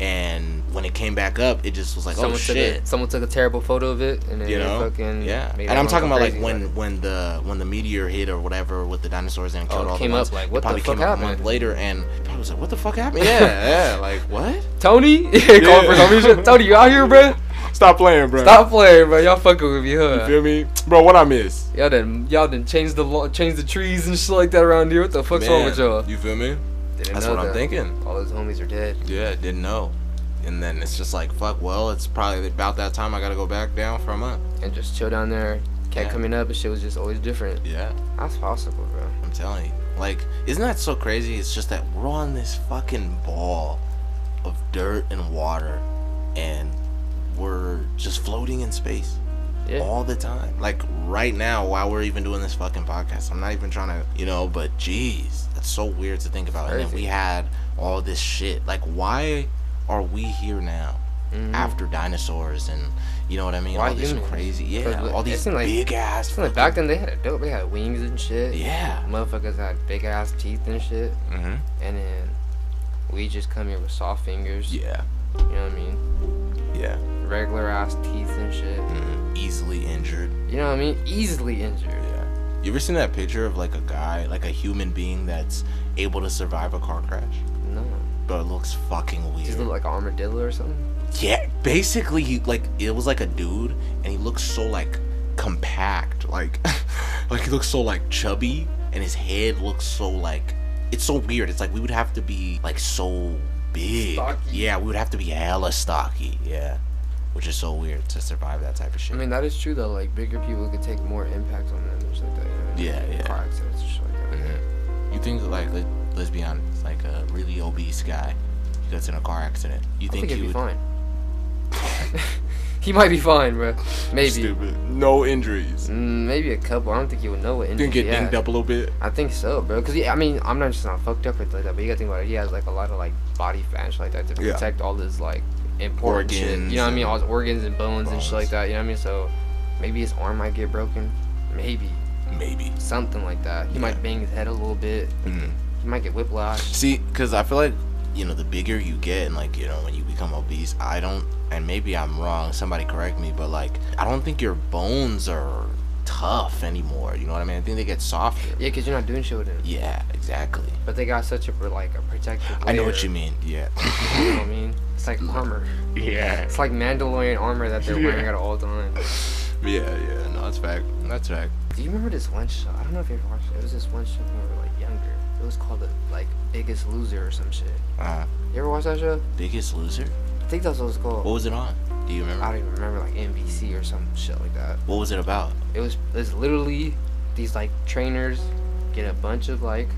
A: and when it came back up, it just was like,
B: someone
A: oh
B: took
A: shit.
B: A, someone took a terrible photo of it, and then
A: You
B: they
A: know?
B: fucking
A: Yeah,
B: made
A: and I'm
B: everyone
A: talking
B: go
A: about like
B: crazy
A: when
B: it.
A: when the when the meteor hit or whatever with the dinosaurs and it
B: Oh,
A: killed
B: it
A: all
B: came
A: the
B: up,
A: ones.
B: like,
A: it
B: what the
A: probably
B: fuck
A: came up a month
B: happened?
A: later, and I was like, "What the fuck happened?"
B: Yeah.
A: yeah, like what?
B: Tony calling for some reason. Tony, you out here, bro?
A: Stop playing, bro.
B: Stop playing, bro. Y'all fucking with me, huh?
A: me, bro? What I miss?
B: Y'all done y'all done change the law, change the trees and shit like that around here. What the fuck's wrong with y'all?
A: You feel me?
B: Didn't
A: That's
B: know
A: what I'm
B: that.
A: thinking.
B: All his homies are dead.
A: Yeah, didn't know. And then it's just like, fuck. Well, it's probably about that time I gotta go back down from up.
B: and just chill down there. Cat
A: Yeah.
B: coming up and shit was just always different.
A: Yeah.
B: That's possible, bro.
A: I'm telling you. Like, isn't that so crazy? It's just that we're on this fucking ball of dirt and water and we're just floating in space
B: Yeah.
A: all the time. Like right now while we're even doing this fucking podcast. I'm not even trying to, you know, but geez, that's so weird to think about. And then
B: Crazy.
A: we had all this shit. Like why are we here now?
B: Mhm.
A: After dinosaurs and you know what I mean?
B: Why
A: all this
B: humans?
A: crazy yeah,
B: Because
A: all these
B: isn't, like-
A: big ass
B: Like back then they had a dope. They had wings and shit.
A: Yeah.
B: Motherfuckers had big ass teeth and shit.
A: Mm-hmm.
B: And then we just come here with soft fingers.
A: Yeah.
B: You know what I mean?
A: Yeah.
B: Regular ass teeth and shit.
A: Mm-hmm. easily injured.
B: You know what I mean? Easily injured.
A: Yeah. You ever seen that picture of like a guy, like a human being that's able to survive a car crash,
B: No.
A: but it looks fucking weird?
B: Just look like an armadillo or something.
A: yeah, basically, he like it was like a dude, and he looks so like compact, like like he looks so like chubby, and his head looks so like it's so weird. It's like we would have to be like so big.
B: Stocky.
A: Yeah, we would have to be hella stocky. Yeah, which is so weird to survive that type of shit.
B: I mean that is true though. Like bigger people could take more impact on them and shit like that. You know what I mean?
A: Yeah, Mm-hmm. yeah.
B: Car accidents and shit like that.
A: You think like let, let's be honest, like a really obese guy he gets in a car accident. You
B: I
A: think,
B: think he'd
A: he would?
B: be fine. he might be fine, bro. Maybe.
A: No injuries.
B: Mm, maybe a couple. I don't think he would know what injury.
A: Didn't get
B: he had.
A: dinged up a little bit.
B: I think so, bro. Cause he, I mean, I'm not just not fucked up with like that, but you gotta think about it. He has like a lot of like body fat and shit like that to
A: Yeah.
B: protect all his like important shit.
A: Organs
B: You know what I mean?
A: and-
B: All his organs and bones, and shit
A: Bones.
B: like that. You know what I mean? So maybe his arm might get broken. Maybe
A: Maybe.
B: something like that. He
A: Yeah.
B: might bang his head a little bit.
A: Mhm.
B: He might get whiplash.
A: See, because I feel like you know the bigger you get, and like you know when you become obese, I don't. And maybe I'm wrong. Somebody correct me, but like I don't think your bones are tough anymore. You know what I mean? I think they get softer.
B: Yeah, cause you're not doing shit with him.
A: Yeah, exactly.
B: But they got such a like a protective.
A: I know what
B: layer.
A: you mean. Yeah.
B: You know what I mean? It's like armor.
A: yeah.
B: It's like Mandalorian armor that they're wearing
A: Yeah.
B: at all times.
A: Yeah, yeah. No, that's fact. That's fact.
B: Do you remember this one show? I don't know if you ever watched it. It was this one show when we were like younger. It was called the like Biggest Loser or some shit.
A: Uh,
B: You ever watch that show?
A: biggest loser.
B: I think that's what it was called.
A: What was it on? Do you
B: I
A: remember?
B: don't even remember like NBC or some shit like that.
A: What was it about?
B: It was it was literally these like trainers get a bunch of like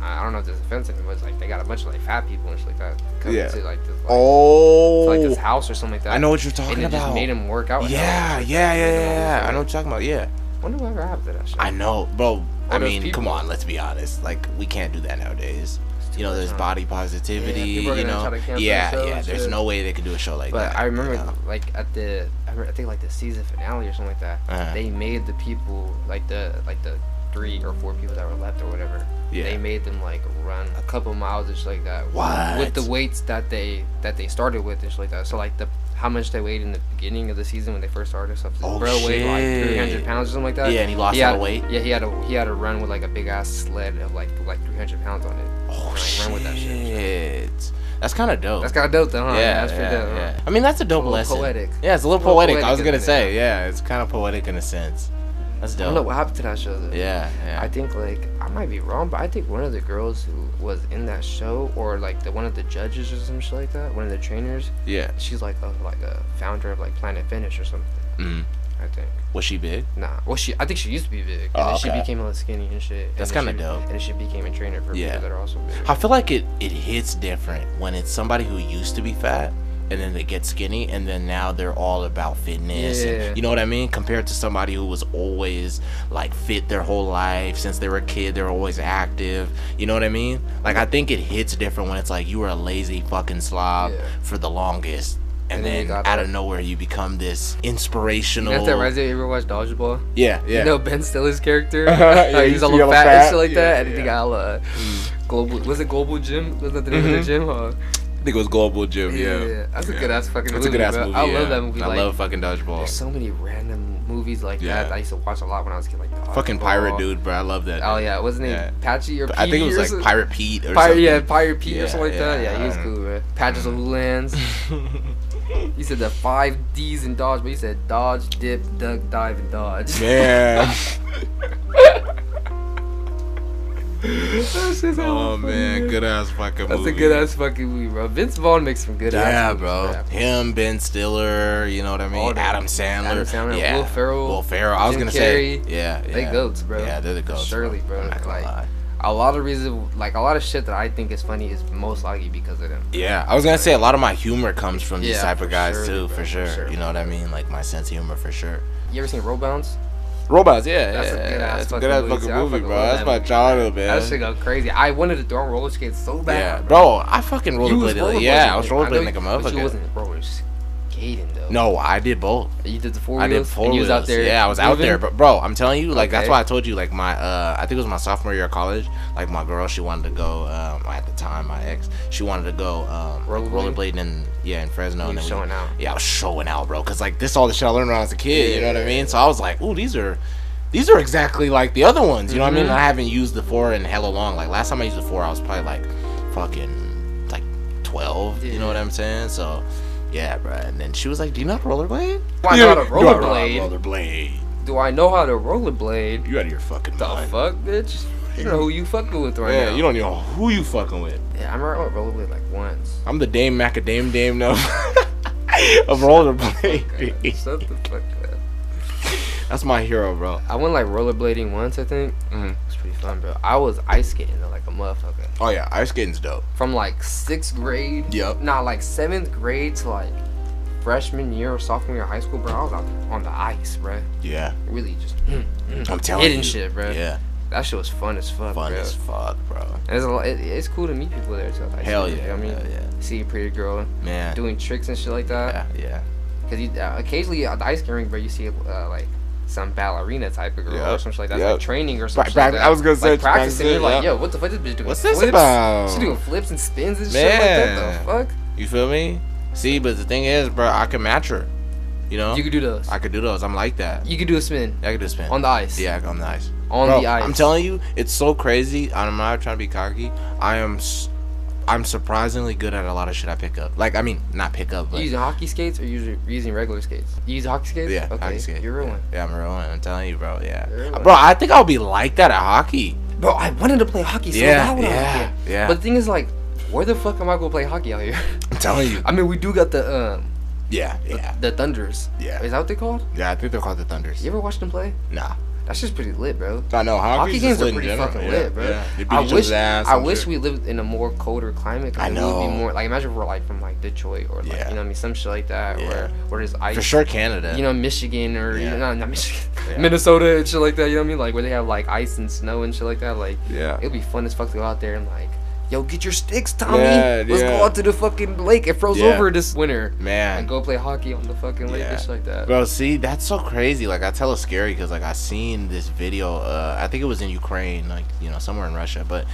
B: I I don't know if this offends anyone, but it's like they got a bunch of like fat people and shit like that come
A: Yeah.
B: to like this like, to,
A: Oh,
B: like this house or something like that.
A: I know what you're
B: And
A: talking
B: it just
A: about.
B: made them work out. and
A: yeah, yeah,
B: everything.
A: yeah,
B: Made 'em all
A: yeah, yeah.
B: work
A: I know
B: out.
A: what you're talking about. Yeah,
B: Wonder what happened to that shit.
A: I know, bro. I
B: those
A: mean,
B: people.
A: come on, let's be honest. Like, we can't do that nowadays.
B: It's too
A: You know,
B: much
A: there's
B: now.
A: body positivity.
B: Yeah, people are
A: you
B: gonna
A: know,
B: try to cancel the
A: yeah,
B: show
A: yeah.
B: and
A: There's
B: shit.
A: no way they could do a show like
B: But
A: that.
B: I remember,
A: you know?
B: like at the, I, remember, I think like the season finale or something like that.
A: Uh-huh.
B: They made the people, like the, like the three or four people that were left or whatever.
A: Yeah.
B: They made them like run a couple miles and shit like that. with-
A: What?
B: With the weights that they that they started with and shit like that. So like the how much they weighed in the beginning of the season when they first started. So if this
A: Oh,
B: bro weighed like
A: shit.
B: 300 pounds or something like that.
A: Yeah, and he lost
B: had,
A: all the weight?
B: Yeah, he had a he had a run with like a big ass sled of like like 300 pounds on it.
A: oh
B: like,
A: shit.
B: run with that shit and
A: Oh, That's kind of dope.
B: That's kind of dope though, huh?
A: yeah,
B: that's
A: yeah,
B: pretty dope. huh?
A: yeah. I mean, that's a dope
B: little
A: lesson.
B: poetic.
A: Yeah, it's a little,
B: A little
A: poetic. I
B: poetic,
A: was gonna
B: isn't it?
A: say, yeah, it's kind of poetic in a sense. That's
B: I don't know
A: dope.
B: what happened to that show though.
A: Yeah, yeah.
B: I think like I might be wrong, but I think one of the girls who was in that show, or like the one of the judges or some shit like that, one of the trainers,
A: yeah.
B: she's like a like a founder of like Planet Fitness or something.
A: Mm.
B: I think.
A: Was she big?
B: Nah. Well, she I think she used to be big, and
A: Oh,
B: then she
A: okay.
B: became a little skinny and shit. and
A: That's
B: then
A: kinda
B: she-
A: dope.
B: And then she became a trainer for
A: Yeah.
B: people that are also big.
A: I feel like it, it hits different when it's somebody who used to be fat and then they get skinny and then now they're all about fitness and-
B: Yeah.
A: you know what i mean compared to somebody who was always like fit their whole life since they were a kid they were always active you know what i mean like i think it hits different when it's like you were a lazy fucking slob
B: Yeah.
A: for the longest and
B: And then you
A: then
B: got
A: out
B: up.
A: of nowhere you become this inspirational
B: That's that reminds me. You ever watch Dodgeball?
A: yeah yeah
B: You know Ben Stiller's character.
A: Uh-huh, yeah,
B: Like,
A: he
B: he's
A: used to
B: all
A: be
B: fat,
A: all
B: and
A: fat.
B: shit like
A: Yeah,
B: that. And he
A: yeah. Mm.
B: got all, uh, global. Was it Global Gym? Was that the name of
A: Mhm.
B: the gym? Oh, Huh?
A: i think it was global gym yeah,
B: That's a
A: Yeah.
B: good ass fucking
A: That's
B: movie.
A: a good ass
B: bro.
A: movie.
B: I
A: yeah.
B: love that movie.
A: I
B: like,
A: love fucking Dodgeball.
B: There's so many random movies like
A: Yeah.
B: that that I used to watch a lot when I was a kid. Like Dodgeball.
A: fucking pirate dude, bro. I love that.
B: Oh yeah, wasn't it
A: Yeah.
B: Patchy or Petey
A: I think it
B: or
A: was like
B: something?
A: Pirate Pete or
B: Pirate, yeah,
A: something.
B: Pirate Pete
A: Yeah,
B: or something like
A: yeah,
B: that. Yeah, he was
A: I Mm.
B: cool, bro. Patches of Lands. He said the five D's in dodge, but he said dodge, dip, duck, dive, and dodge.
A: Man.
B: That's just hella
A: oh
B: funny,
A: man,
B: bro.
A: good ass fucking
B: That's
A: movie.
B: a good ass fucking movie, bro. Vince Vaughn makes some good ass.
A: Yeah,
B: movies,
A: bro. Him, Ben Stiller, you know what I
B: All
A: mean?
B: them.
A: Adam Sandler.
B: Adam Sandler,
A: yeah.
B: Will Ferrell,
A: Will Ferrell. I was
B: Jim
A: gonna say.
B: Carrey.
A: Yeah, yeah.
B: They goats, bro.
A: Yeah, they're the goats.
B: Surely, bro.
A: I'm not gonna
B: Like-
A: lie.
B: A lot of reason, like a lot of shit that I think is funny is most likely because of them.
A: Yeah, I was gonna say a lot of my humor comes from these
B: Yeah,
A: type of
B: for
A: guys
B: surely,
A: too,
B: bro,
A: for
B: for
A: sure.
B: sure.
A: You know what I mean? Like my sense of humor, for sure.
B: You ever seen Roll Bounce?
A: Robots, yeah,
B: That's a
A: yeah,
B: good-ass
A: that's a
B: fucking
A: good ass
B: movie,
A: fucking
B: too. I
A: movie,
B: fucking
A: bro.
B: love
A: That's
B: that
A: my
B: movie.
A: childhood, man.
B: That shit go crazy. I wanted to throw on roller skates so bad.
A: yeah, bro, I fucking
B: You was
A: rollerbladed. like- yeah, I was
B: rollerblading.
A: rollerblading like a
B: know you- But you
A: motherfucker.
B: wasn't roller skating though.
A: No, I did both.
B: you did the four
A: I
B: wheels.
A: did four
B: and you was out
A: wheels.
B: there.
A: Yeah, I was out
B: moving?
A: there, but bro, I'm telling you, like that's
B: Okay.
A: why I told you, like my, uh, I think it was my sophomore year of college. Like my girl, she wanted to go. Um, at the time, my ex, she wanted to go um, like,
B: Rollerblading?
A: rollerblading in yeah in Fresno.
B: You
A: and
B: were
A: then we-
B: showing out.
A: Yeah, I was showing out, bro, because like this all the shit I learned when I was a kid. you know what I
B: Yeah.
A: mean? So I was like, ooh, these are. These are exactly like the other ones, you know what I mean?
B: Mhm.
A: I haven't used the four in hella long. Like last time I used the four, I was probably like, fucking, like twelve. You know
B: Yeah.
A: what I'm saying? So, yeah, bro. And then she was like, "Do you not rollerblade?"
B: Why
A: Yeah.
B: not a
A: Do I ride
B: rollerblade?
A: rollerblade.
B: Do I know how to rollerblade?
A: You out of your fucking
B: The
A: mind.
B: fuck, bitch? You know who you fucking with right
A: Yeah,
B: now.
A: you don't even know who you fucking with.
B: Yeah, I remember I went rollerblade like once.
A: I'm the Dame Macadame Dame now of rollerblade.
B: Shut the fuck up.
A: That's my hero, bro.
B: I went like rollerblading once, I think.
A: Mhm.
B: It was pretty fun, bro. I was ice skating though, like a motherfucker.
A: Oh yeah, ice skating's dope.
B: From like sixth grade.
A: Yep.
B: Nah, like seventh grade to like freshman year or sophomore year of high school, bro. I was out there on the ice, bro.
A: Yeah,
B: Really just mm,
A: I'm telling
B: Hitting
A: you.
B: shit, bro.
A: Yeah,
B: that shit was fun as fuck,
A: fun
B: bro.
A: as fuck, bro.
B: And it's, a lot, it, it's cool to meet people there too. Like,
A: Hell
B: you
A: yeah,
B: know what I mean,
A: hell yeah.
B: see a pretty girl
A: Man.
B: doing tricks and shit like that.
A: Yeah, yeah.
B: Because you uh, occasionally at the ice skating rink, bro, you see uh, like some ballerina type of girl
A: Yeah,
B: or something like that,
A: yeah.
B: like training or something.
A: prac-
B: like
A: I was gonna say
B: like practicing.
A: practicing,
B: You're like,
A: yeah.
B: yo, what the fuck this bitch doing?
A: What's this
B: flips?
A: about?
B: She doing flips and spins and shit like that. The
A: Man.
B: fuck?
A: You feel me? See, but the thing is, bro, I can match her. You know,
B: You could do those.
A: I could do those. I'm like that.
B: You could do a spin
A: I could do spin.
B: on the ice.
A: yeah, on the ice.
B: On
A: Bro,
B: the ice.
A: I'm telling you, it's so crazy. I'm not trying to be cocky. I am, s- I'm surprisingly good at a lot of shit I pick up. Like, I mean, not pick up,
B: You
A: but
B: using hockey skates or you using, you using regular skates? You use hockey skates?
A: yeah,
B: Okay.
A: hockey skate.
B: You're ruined.
A: Yeah, I'm ruined. I'm telling you, bro. Yeah,
B: You're ruined.
A: bro. I think I'll be like that at hockey.
B: Bro, I wanted to play hockey so
A: yeah,
B: bad when I was a
A: yeah,
B: kid.
A: yeah.
B: But the thing is, like, where the fuck am I gonna play hockey out here?
A: I'm telling you.
B: I mean, we do got the um,
A: Yeah, yeah,
B: the Thunders.
A: Yeah.
B: Is that what they called?
A: yeah. I think they're called the Thunders.
B: You ever watched them play?
A: Nah,
B: That's just pretty lit, bro.
A: I know
B: Hockey
A: hockey's just
B: games are
A: lit in
B: pretty
A: general.
B: fucking
A: yeah,
B: lit, bro.
A: Yeah. They beat
B: I
A: each
B: wish
A: other's ass,
B: I
A: I'm
B: wish
A: sure.
B: we lived in a more colder climate. 'cause
A: I
B: we would
A: know.
B: Be more like imagine if we're like from like Detroit or like
A: Yeah.
B: you know what I mean some shit like that
A: Yeah.
B: or or just ice.
A: for sure Canada.
B: You know Michigan or
A: Yeah.
B: you know, not Michigan,
A: Yeah.
B: Minnesota and shit like that. You know what I mean? Like where they have like ice and snow and shit like that. Like
A: Yeah.
B: it'd be fun as fuck to go out there and like. Yo, get your sticks, Tommy.
A: Yeah,
B: Let's
A: yeah.
B: go out to the fucking lake. It froze
A: Yeah.
B: over this winter.
A: man.
B: and go play hockey on the fucking lake
A: Yeah.
B: and shit like that.
A: Bro, see, that's so crazy. Like, I tell it's scary because, like, I seen this video. Uh, I think it was in Ukraine, like, you know, somewhere in Russia. But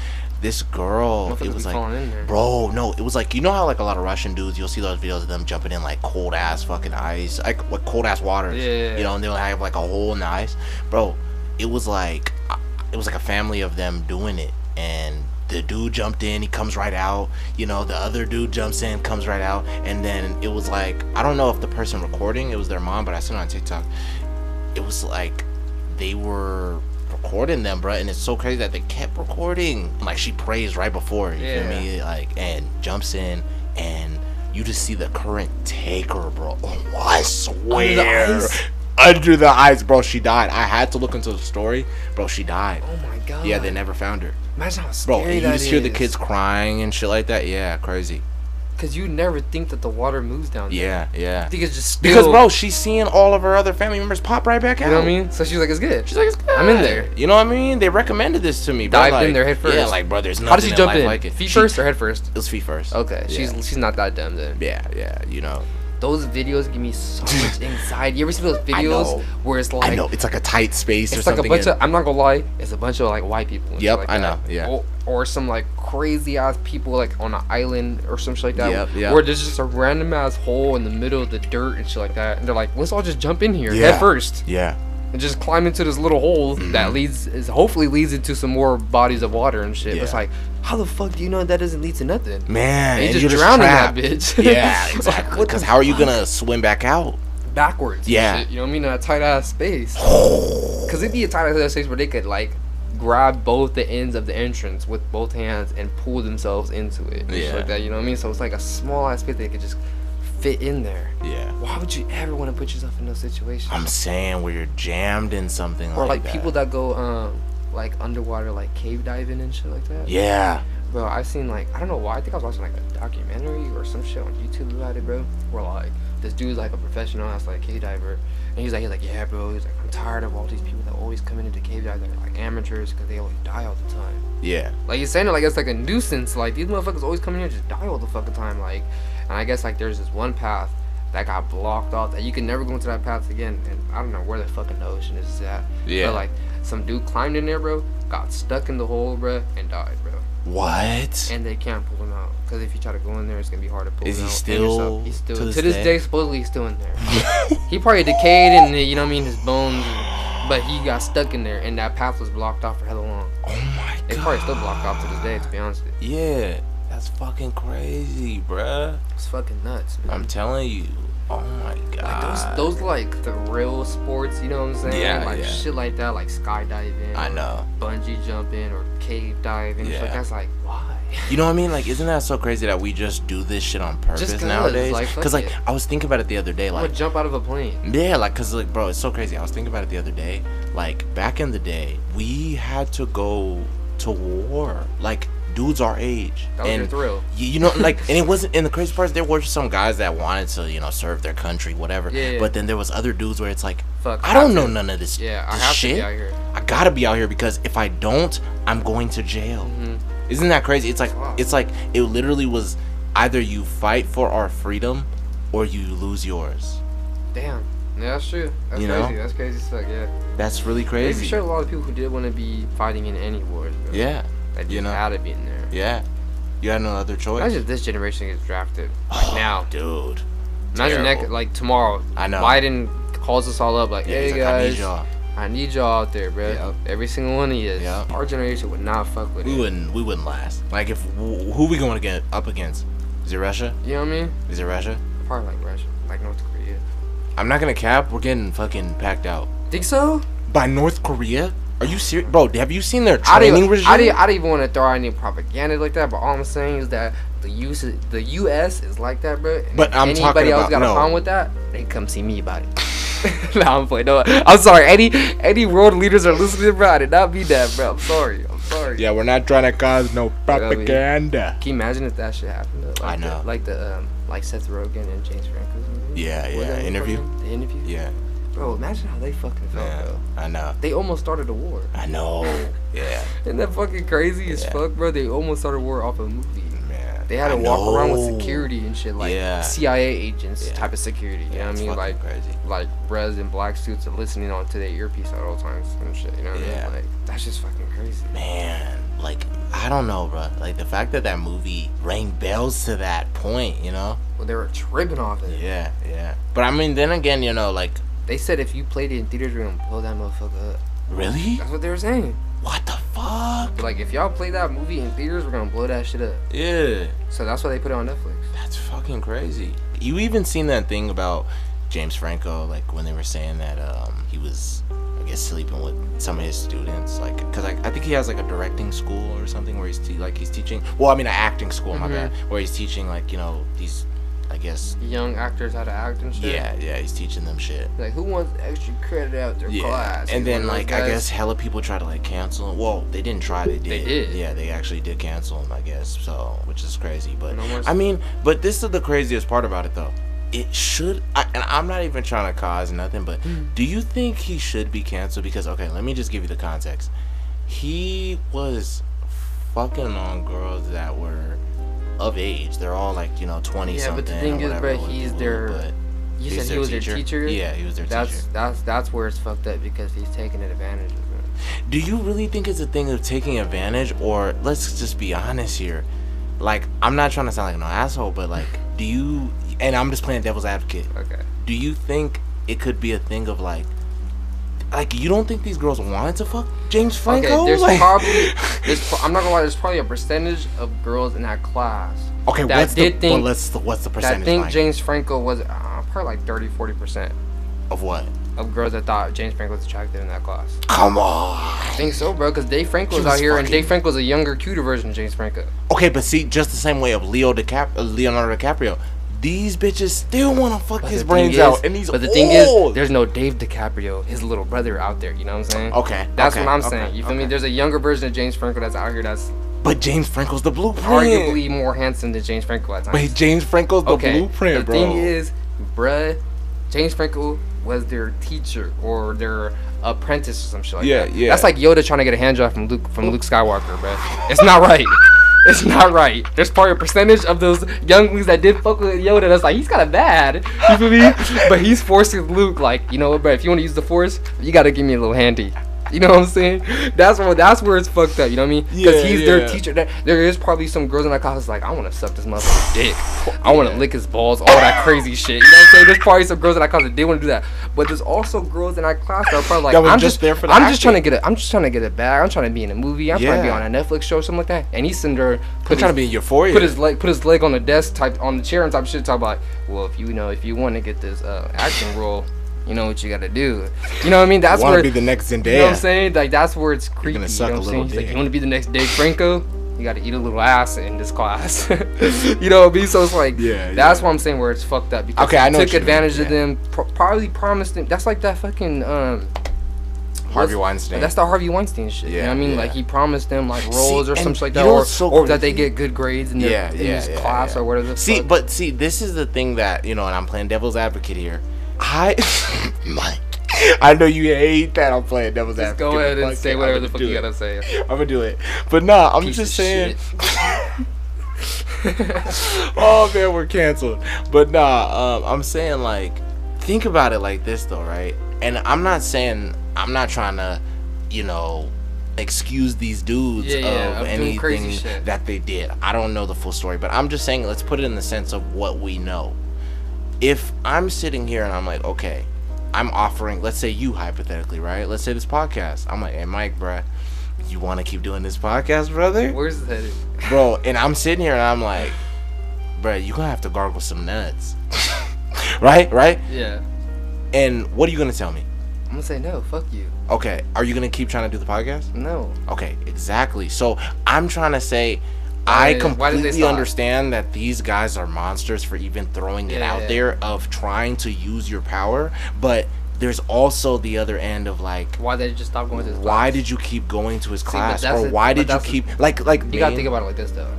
A: this girl,
B: Motherfuckers
A: it was
B: be
A: like,
B: falling in there.
A: bro, no, it was like, you know how, like, a lot of Russian dudes, you'll see those videos of them jumping in, like, cold ass fucking ice, like, like cold ass water.
B: Yeah, yeah, yeah.
A: You know, and they'll have, like, a hole in the ice. Bro, it was like, I- it was like a family of them doing it. And the dude jumped in, he comes right out. You know, the other dude jumps in, comes right out. And then it was like, I don't know if the person recording, it was their mom, but I seen it on TikTok. It was like they were recording them, bruh, And it's so crazy that they kept recording. Like she prays right before, you
B: Yeah.
A: feel me? Like, and jumps in and. You just see the current take her, bro. Oh, I swear.
B: ice?
A: Under the ice, bro. She died. I had to look into the story, bro. She died.
B: Oh my god.
A: Yeah, they never found her.
B: Imagine how scary
A: Bro, and you
B: that
A: just hear the
B: is.
A: kids crying and shit like that. Yeah, crazy.
B: because you never think that the water moves down there.
A: Yeah, yeah.
B: I think it's just
A: Because
B: still-
A: bro, she's seeing all of her other family members pop right back out.
B: You know what I mean? So she's like, it's good.
A: She's like, it's good.
B: I'm in there.
A: You know what I mean? They recommended this to me. bro.
B: Dived in
A: Like,
B: there head
A: Yeah,
B: first.
A: like bro, there's nothing.
B: How does she
A: in
B: jump
A: life
B: in?
A: Like it.
B: Feet
A: She-
B: first or head first?
A: It was feet first.
B: Okay,
A: Yeah.
B: she's she's not that dumb then.
A: Yeah, yeah. You know.
B: Those videos give me so much anxiety. You ever see those
A: I
B: videos
A: know.
B: where it's like
A: I know it's like a tight space or
B: it's like a
A: something.
B: bunch
A: and-
B: of I'm not gonna lie, it's a bunch of like white people. and shit
A: Yep,
B: like
A: I
B: that. Oh.
A: know, yeah.
B: Or, or some like crazy ass people like on an island or some shit like that.
A: Yep, yep.
B: Where there's just a random ass hole in the middle of the dirt and shit like that, and they're like, let's all just jump in
A: Yeah.
B: here
A: Mm-hmm.
B: head first
A: yeah.
B: and just climb into this little hole that leads is hopefully leads into some more bodies of water and shit. But It's
A: Yeah.
B: like, how the fuck do you know that doesn't lead to nothing?
A: Man,
B: You
A: and
B: just
A: you're
B: drowned in that
A: trapped.
B: bitch.
A: yeah, exactly.
B: What the
A: Because how are you gonna swim back out?
B: backwards. and
A: Yeah.
B: shit, you know what I mean? In a tight ass space. Because it'd be a tight ass space where they could, like, grab both the ends of the entrance with both hands and pull themselves into it. and shit
A: Yeah.
B: Like that, you know what I mean? So it's like a small ass space they could just fit in there.
A: Yeah.
B: Why would you ever want to put yourself in those situations?
A: I'm saying where you're jammed in something
B: or,
A: like
B: like, people that go, um, like, underwater, like, cave diving and shit like that.
A: Yeah.
B: Bro, I've seen like I don't know why. I think I was watching like a documentary or some shit on YouTube about it, bro. Where like this dude's like a professional ass like cave diver, and he's like he's like yeah, bro. He's like I'm tired of all these people that always come into cave dive that are like amateurs because they always die all the time.
A: Yeah.
B: Like he's saying it like it's like a nuisance. Like these motherfuckers always come in here and just die all the fucking time. Like, and I guess like there's this one path that got blocked off that you can never go into that path again. And I don't know where the fucking ocean is at.
A: Yeah.
B: But like some dude climbed in there, bro, got stuck in the hole, bro, and died, bro.
A: What?
B: And they can't pull him out because if you try to go in there, it's gonna be hard to pull.
A: Is
B: him
A: he
B: out.
A: still-
B: And yourself. He's still
A: to this
B: to this
A: day?
B: day? Supposedly he's still in there. he probably decayed and you know what I mean his bones, but he got stuck in there and that path was blocked off for hella long.
A: oh my god.
B: It's probably still blocked off to this day. To be honest, with you.
A: Yeah. That's fucking crazy, bruh.
B: it's fucking nuts. Man.
A: I'm telling you. Oh my
B: like those,
A: god.
B: those like the real sports, you know what I'm saying?
A: Yeah,
B: like
A: yeah.
B: shit like that, like skydiving,
A: I
B: or
A: know.
B: bungee jumping, or cave diving. Yeah.
A: Yeah.
B: Like, that's like why?
A: You know what I mean? Like, isn't that so crazy that we just do this shit on purpose
B: 'cause,
A: nowadays?
B: like, fuck
A: Because like,
B: it.
A: I was thinking about it the other day.
B: I'm
A: Like,
B: gonna jump out of a plane.
A: Yeah, like, cause like, bro, it's so crazy. I was thinking about it the other day. Like back in the day, we had to go to war. Like dudes our age,
B: That was
A: and
B: your thrill.
A: you, you know, like, and it wasn't. And the crazy part is there were some guys that wanted to, you know, serve their country, whatever.
B: Yeah, yeah.
A: But then there was other dudes where it's like,
B: Fuck.
A: I don't
B: have
A: know
B: to-
A: none of this,
B: Yeah, I
A: this
B: have
A: shit.
B: to be out here.
A: I gotta be out here because if I don't, I'm going to jail.
B: Mhm.
A: Isn't that crazy? It's like
B: Fuck.
A: it's like it literally was either you fight for our freedom or you lose yours.
B: Damn. Yeah, that's true. That's
A: You know?
B: crazy. That's crazy as fuck. Yeah.
A: That's really
B: There's
A: crazy.
B: sure a lot of people who did want to be fighting in any wars. Bro.
A: Yeah.
B: That
A: you
B: you
A: know.
B: know. had to be in there.
A: Yeah. You had no other choice.
B: Imagine if this generation gets drafted like
A: Oh,
B: now.
A: Dude.
B: Imagine
A: terrible.
B: that like tomorrow.
A: I know.
B: Biden calls us all up like,
A: Yeah,
B: hey
A: he's like, I need
B: guys,
A: y'all.
B: I need y'all out there, bro.
A: Yep.
B: Every single one of you.
A: Yep.
B: Our generation would not fuck with
A: We
B: it.
A: wouldn't we wouldn't last. Like if wh- who we going to get up against? Is it Russia?
B: You know what I mean?
A: Is it Russia?
B: Probably like Russia, like North Korea.
A: I'm not going to cap. We're getting fucking packed out.
B: Think so?
A: By North Korea? Are you serious? Bro, have you seen their
B: I
A: training
B: didn't,
A: regime?
B: I didn't. I didn't even want to throw out any propaganda like that. But all I'm saying is that the US, is- the U.S. is like that, bro. and
A: But
B: if
A: I'm
B: anybody
A: talking
B: else
A: about-
B: got
A: no.
B: a problem with that? They come see me about it. no, I'm playing. No, I'm sorry. Any any world leaders are listening, bro. I did not mean that, bro. I'm sorry. I'm sorry.
A: yeah, we're not trying to cause no
B: I mean-
A: propaganda.
B: Can you imagine if that shit happened? though?
A: I
B: Like the-
A: know.
B: like the um, like Seth Rogen and James Franco's movie.
A: Yeah,
B: What was
A: yeah,
B: that
A: interview?
B: fucking- The interview.
A: Yeah.
B: Bro, imagine how they fucking felt,
A: Yeah.
B: bro.
A: I know.
B: They almost started a war.
A: I know. Yeah.
B: Isn't that fucking crazy as
A: Yeah.
B: fuck, bro? They almost started a war off a movie.
A: Man.
B: They had
A: I
B: to walk around
A: know.
B: with security and shit, like
A: Yeah.
B: CIA agents
A: Yeah.
B: type of security. You
A: Yeah,
B: know what I
A: it's
B: mean?
A: fucking
B: Like
A: crazy.
B: like res in black suits and listening on to their earpiece at all times and shit. You know what
A: Yeah.
B: I mean? Like that's just fucking crazy.
A: man like i don't know bro like the fact that that movie rang bells to that point you know
B: Well, they were tripping off it.
A: yeah yeah but i mean then again you know like
B: They said if you played it in theaters, we're gonna blow that motherfucker up.
A: really
B: That's what they were saying.
A: what the fuck
B: Like if y'all play that movie in theaters, we're gonna blow that shit up.
A: yeah
B: So that's why they put it on Netflix.
A: that's fucking crazy you even seen that thing about james franco like when they were saying that um he was i guess sleeping with some of his students like because I, I think he has like a directing school or something where he's te- like he's teaching well i mean an acting school my
B: Mhm.
A: bad where he's teaching like you know these I guess.
B: young actors how to act and shit.
A: Yeah, yeah, he's teaching them shit.
B: Like who wants extra credit out their
A: Yeah,
B: class?
A: and
B: He's
A: then
B: one of
A: like
B: those
A: I
B: guys.
A: guess hella people try to like cancel him. Well, they didn't try, they did.
B: They did.
A: Yeah, they actually did cancel him, I guess. So, which is crazy, but
B: No more-
A: I mean, but this is the craziest part about it though. It should, I, and I'm not even trying to cause nothing, but
B: Hmm.
A: do you think he should be canceled? Because okay, let me just give you the context. He was fucking on girls that were of age. They're all like you know twenty
B: Yeah,
A: something.
B: but the
A: or
B: thing is,
A: whatever,
B: bruh,
A: with-
B: he's
A: with-
B: their-
A: but
B: you
A: he's
B: said he was your teacher.
A: Yeah, he was their teacher.
B: That's that's that's where it's fucked up because he's taking advantage of it.
A: Do you really think it's a thing of taking advantage, or let's just be honest here? Like, I'm not trying to sound like an asshole, but like, do you? And I'm just playing devil's advocate.
B: Okay.
A: Do you think it could be a thing of like, like you don't think these girls wanted to fuck James Franco?
B: Okay. There's
A: Like-
B: probably there's pro- I'm not gonna lie. There's probably a percentage of girls in that class
A: okay.
B: that
A: what's
B: did
A: the,
B: think-
A: well, let's, what's the
B: that
A: percentage
B: think
A: like?
B: James Franco was uh, probably like 30, 40 percent
A: of what?
B: of girls that thought James Franco was attractive in that class.
A: Come on.
B: I think so, bro. Because Dave Franco's
A: He
B: out
A: was
B: here, and
A: fucking-
B: Dave Franco's a younger, cuter version of James Franco.
A: Okay, but see, just the same way of Leo DiCap- uh, Leonardo DiCaprio, these bitches still want to fuck
B: But
A: his
B: the
A: brains
B: thing is-
A: out, and he's
B: But the
A: old.
B: thing is, there's no Dave DiCaprio, his little brother, out there. You know what I'm saying?
A: Okay,
B: That's
A: okay,
B: what I'm
A: okay,
B: saying. You feel me?
A: okay.
B: There's a younger version of James Franco that's out here that's
A: But James Franco's the blueprint.
B: arguably more handsome than James Franco at times.
A: Wait, James Franco's the
B: okay.
A: blueprint,
B: the
A: bro.
B: thing is, bruh, James Franco was their teacher or their apprentice or some shit like
A: Yeah,
B: that.
A: yeah.
B: That's like Yoda trying to get a hand job from Luke from Luke Skywalker, bruh. It's not right. It's not right. There's probably a percentage of those younglings that did fuck with Yoda that's like, he's kind of bad. You feel me? But he's forcing Luke, like, you know what, bruh, if you want to use the force, you got to give me a little handy. You know what I'm saying? That's where that's where it's fucked up. You know what I mean?
A: Yeah,
B: Because he's their
A: yeah.
B: teacher. There- There is probably some girls in that class that's like, I want to suck this motherfucker's dick. I want to lick his balls, all that crazy shit. You know what I'm saying? There's probably some girls in that class that did want to do that, but there's also girls in that class that are probably like,
A: That were
B: I'm
A: just
B: just,
A: there for the
B: I'm just
A: acting.
B: trying to get a, I'm just trying to get a bag. I'm trying to be in a movie. I'm trying to be
A: Yeah.
B: on a Netflix show, or something like that. And he's sitting
A: I'm
B: there, put
A: trying to be
B: his,
A: in euphoria.
B: put his leg, put his leg on the desk, type on the chair, and type shit, type like, well, if you know, if you want to get this uh, acting role, you know what you got to do. You know what I mean? That's
A: want
B: where
A: to be the next Zendaya.
B: you know what I'm saying? Like that's where it's creepy.
A: gonna
B: you
A: suck
B: know
A: a
B: what I'm
A: little
B: saying? He's like,
A: dick.
B: you want to be the next Dave Franco? You got to eat a little ass in this class. you know what I mean? So it's like,
A: Yeah,
B: that's
A: yeah.
B: why I'm saying where it's fucked up because
A: Okay, I know
B: took
A: what you mean,
B: advantage
A: yeah.
B: of them. Pro- probably promised them. That's like that fucking um.
A: Harvey
B: what's-
A: Weinstein.
B: That's the Harvey Weinstein shit. you know
A: Yeah,
B: what I mean?
A: yeah.
B: Like he promised them like roles or
A: and
B: something like
A: you
B: that,
A: know
B: or,
A: what's so
B: or that they
A: crazy?
B: get good grades in their
A: yeah,
B: in
A: yeah,
B: this
A: yeah,
B: class
A: yeah.
B: or whatever. The
A: See,
B: fuck.
A: but see, this is the thing that you know, and I'm playing devil's advocate here. I, Mike, I know you hate that I'm playing devil's
B: just
A: advocate.
B: go
A: but
B: ahead and
A: fuck
B: say
A: it,
B: whatever
A: I'm
B: the fuck
A: gonna
B: you
A: do
B: gotta say.
A: it. I'm gonna do it, but nah, I'm
B: Piece
A: just
B: of
A: saying.
B: shit.
A: oh man, we're canceled. But nah, um, I'm saying like, think about it like this though, right? And I'm not saying I'm not trying to, you know, excuse these dudes
B: Yeah, yeah,
A: of
B: of doing crazy
A: anything
B: shit.
A: that they did. I don't know the full story, but I'm just saying let's put it in the sense of what we know. If I'm sitting here and I'm like, okay, I'm offering, let's say you hypothetically, right? Let's say this podcast. I'm like, hey Mike, bruh, you want to keep doing this podcast, brother?
B: Where's the headed?
A: bro. And I'm sitting here and I'm like, bro, you gonna have to gargle some nuts, right? Right?
B: Yeah,
A: And what are you gonna tell me?
B: I'm gonna say no. Fuck you.
A: Okay, are you gonna keep trying to do the podcast?
B: No.
A: Okay, exactly. So I'm trying to say. I
B: did- why did they
A: completely
B: stop?
A: understand that these guys are monsters for even throwing it
B: Yeah,
A: out
B: yeah.
A: there of trying to use your power, but there's also the other end of like,
B: Why they just stop going to this
A: why
B: class?
A: did you keep going to his
B: but
A: class,
B: that's
A: or
B: the-
A: why
B: but
A: did you
B: that's the-
A: keep like like
B: you gotta
A: me?
B: think about it like this though.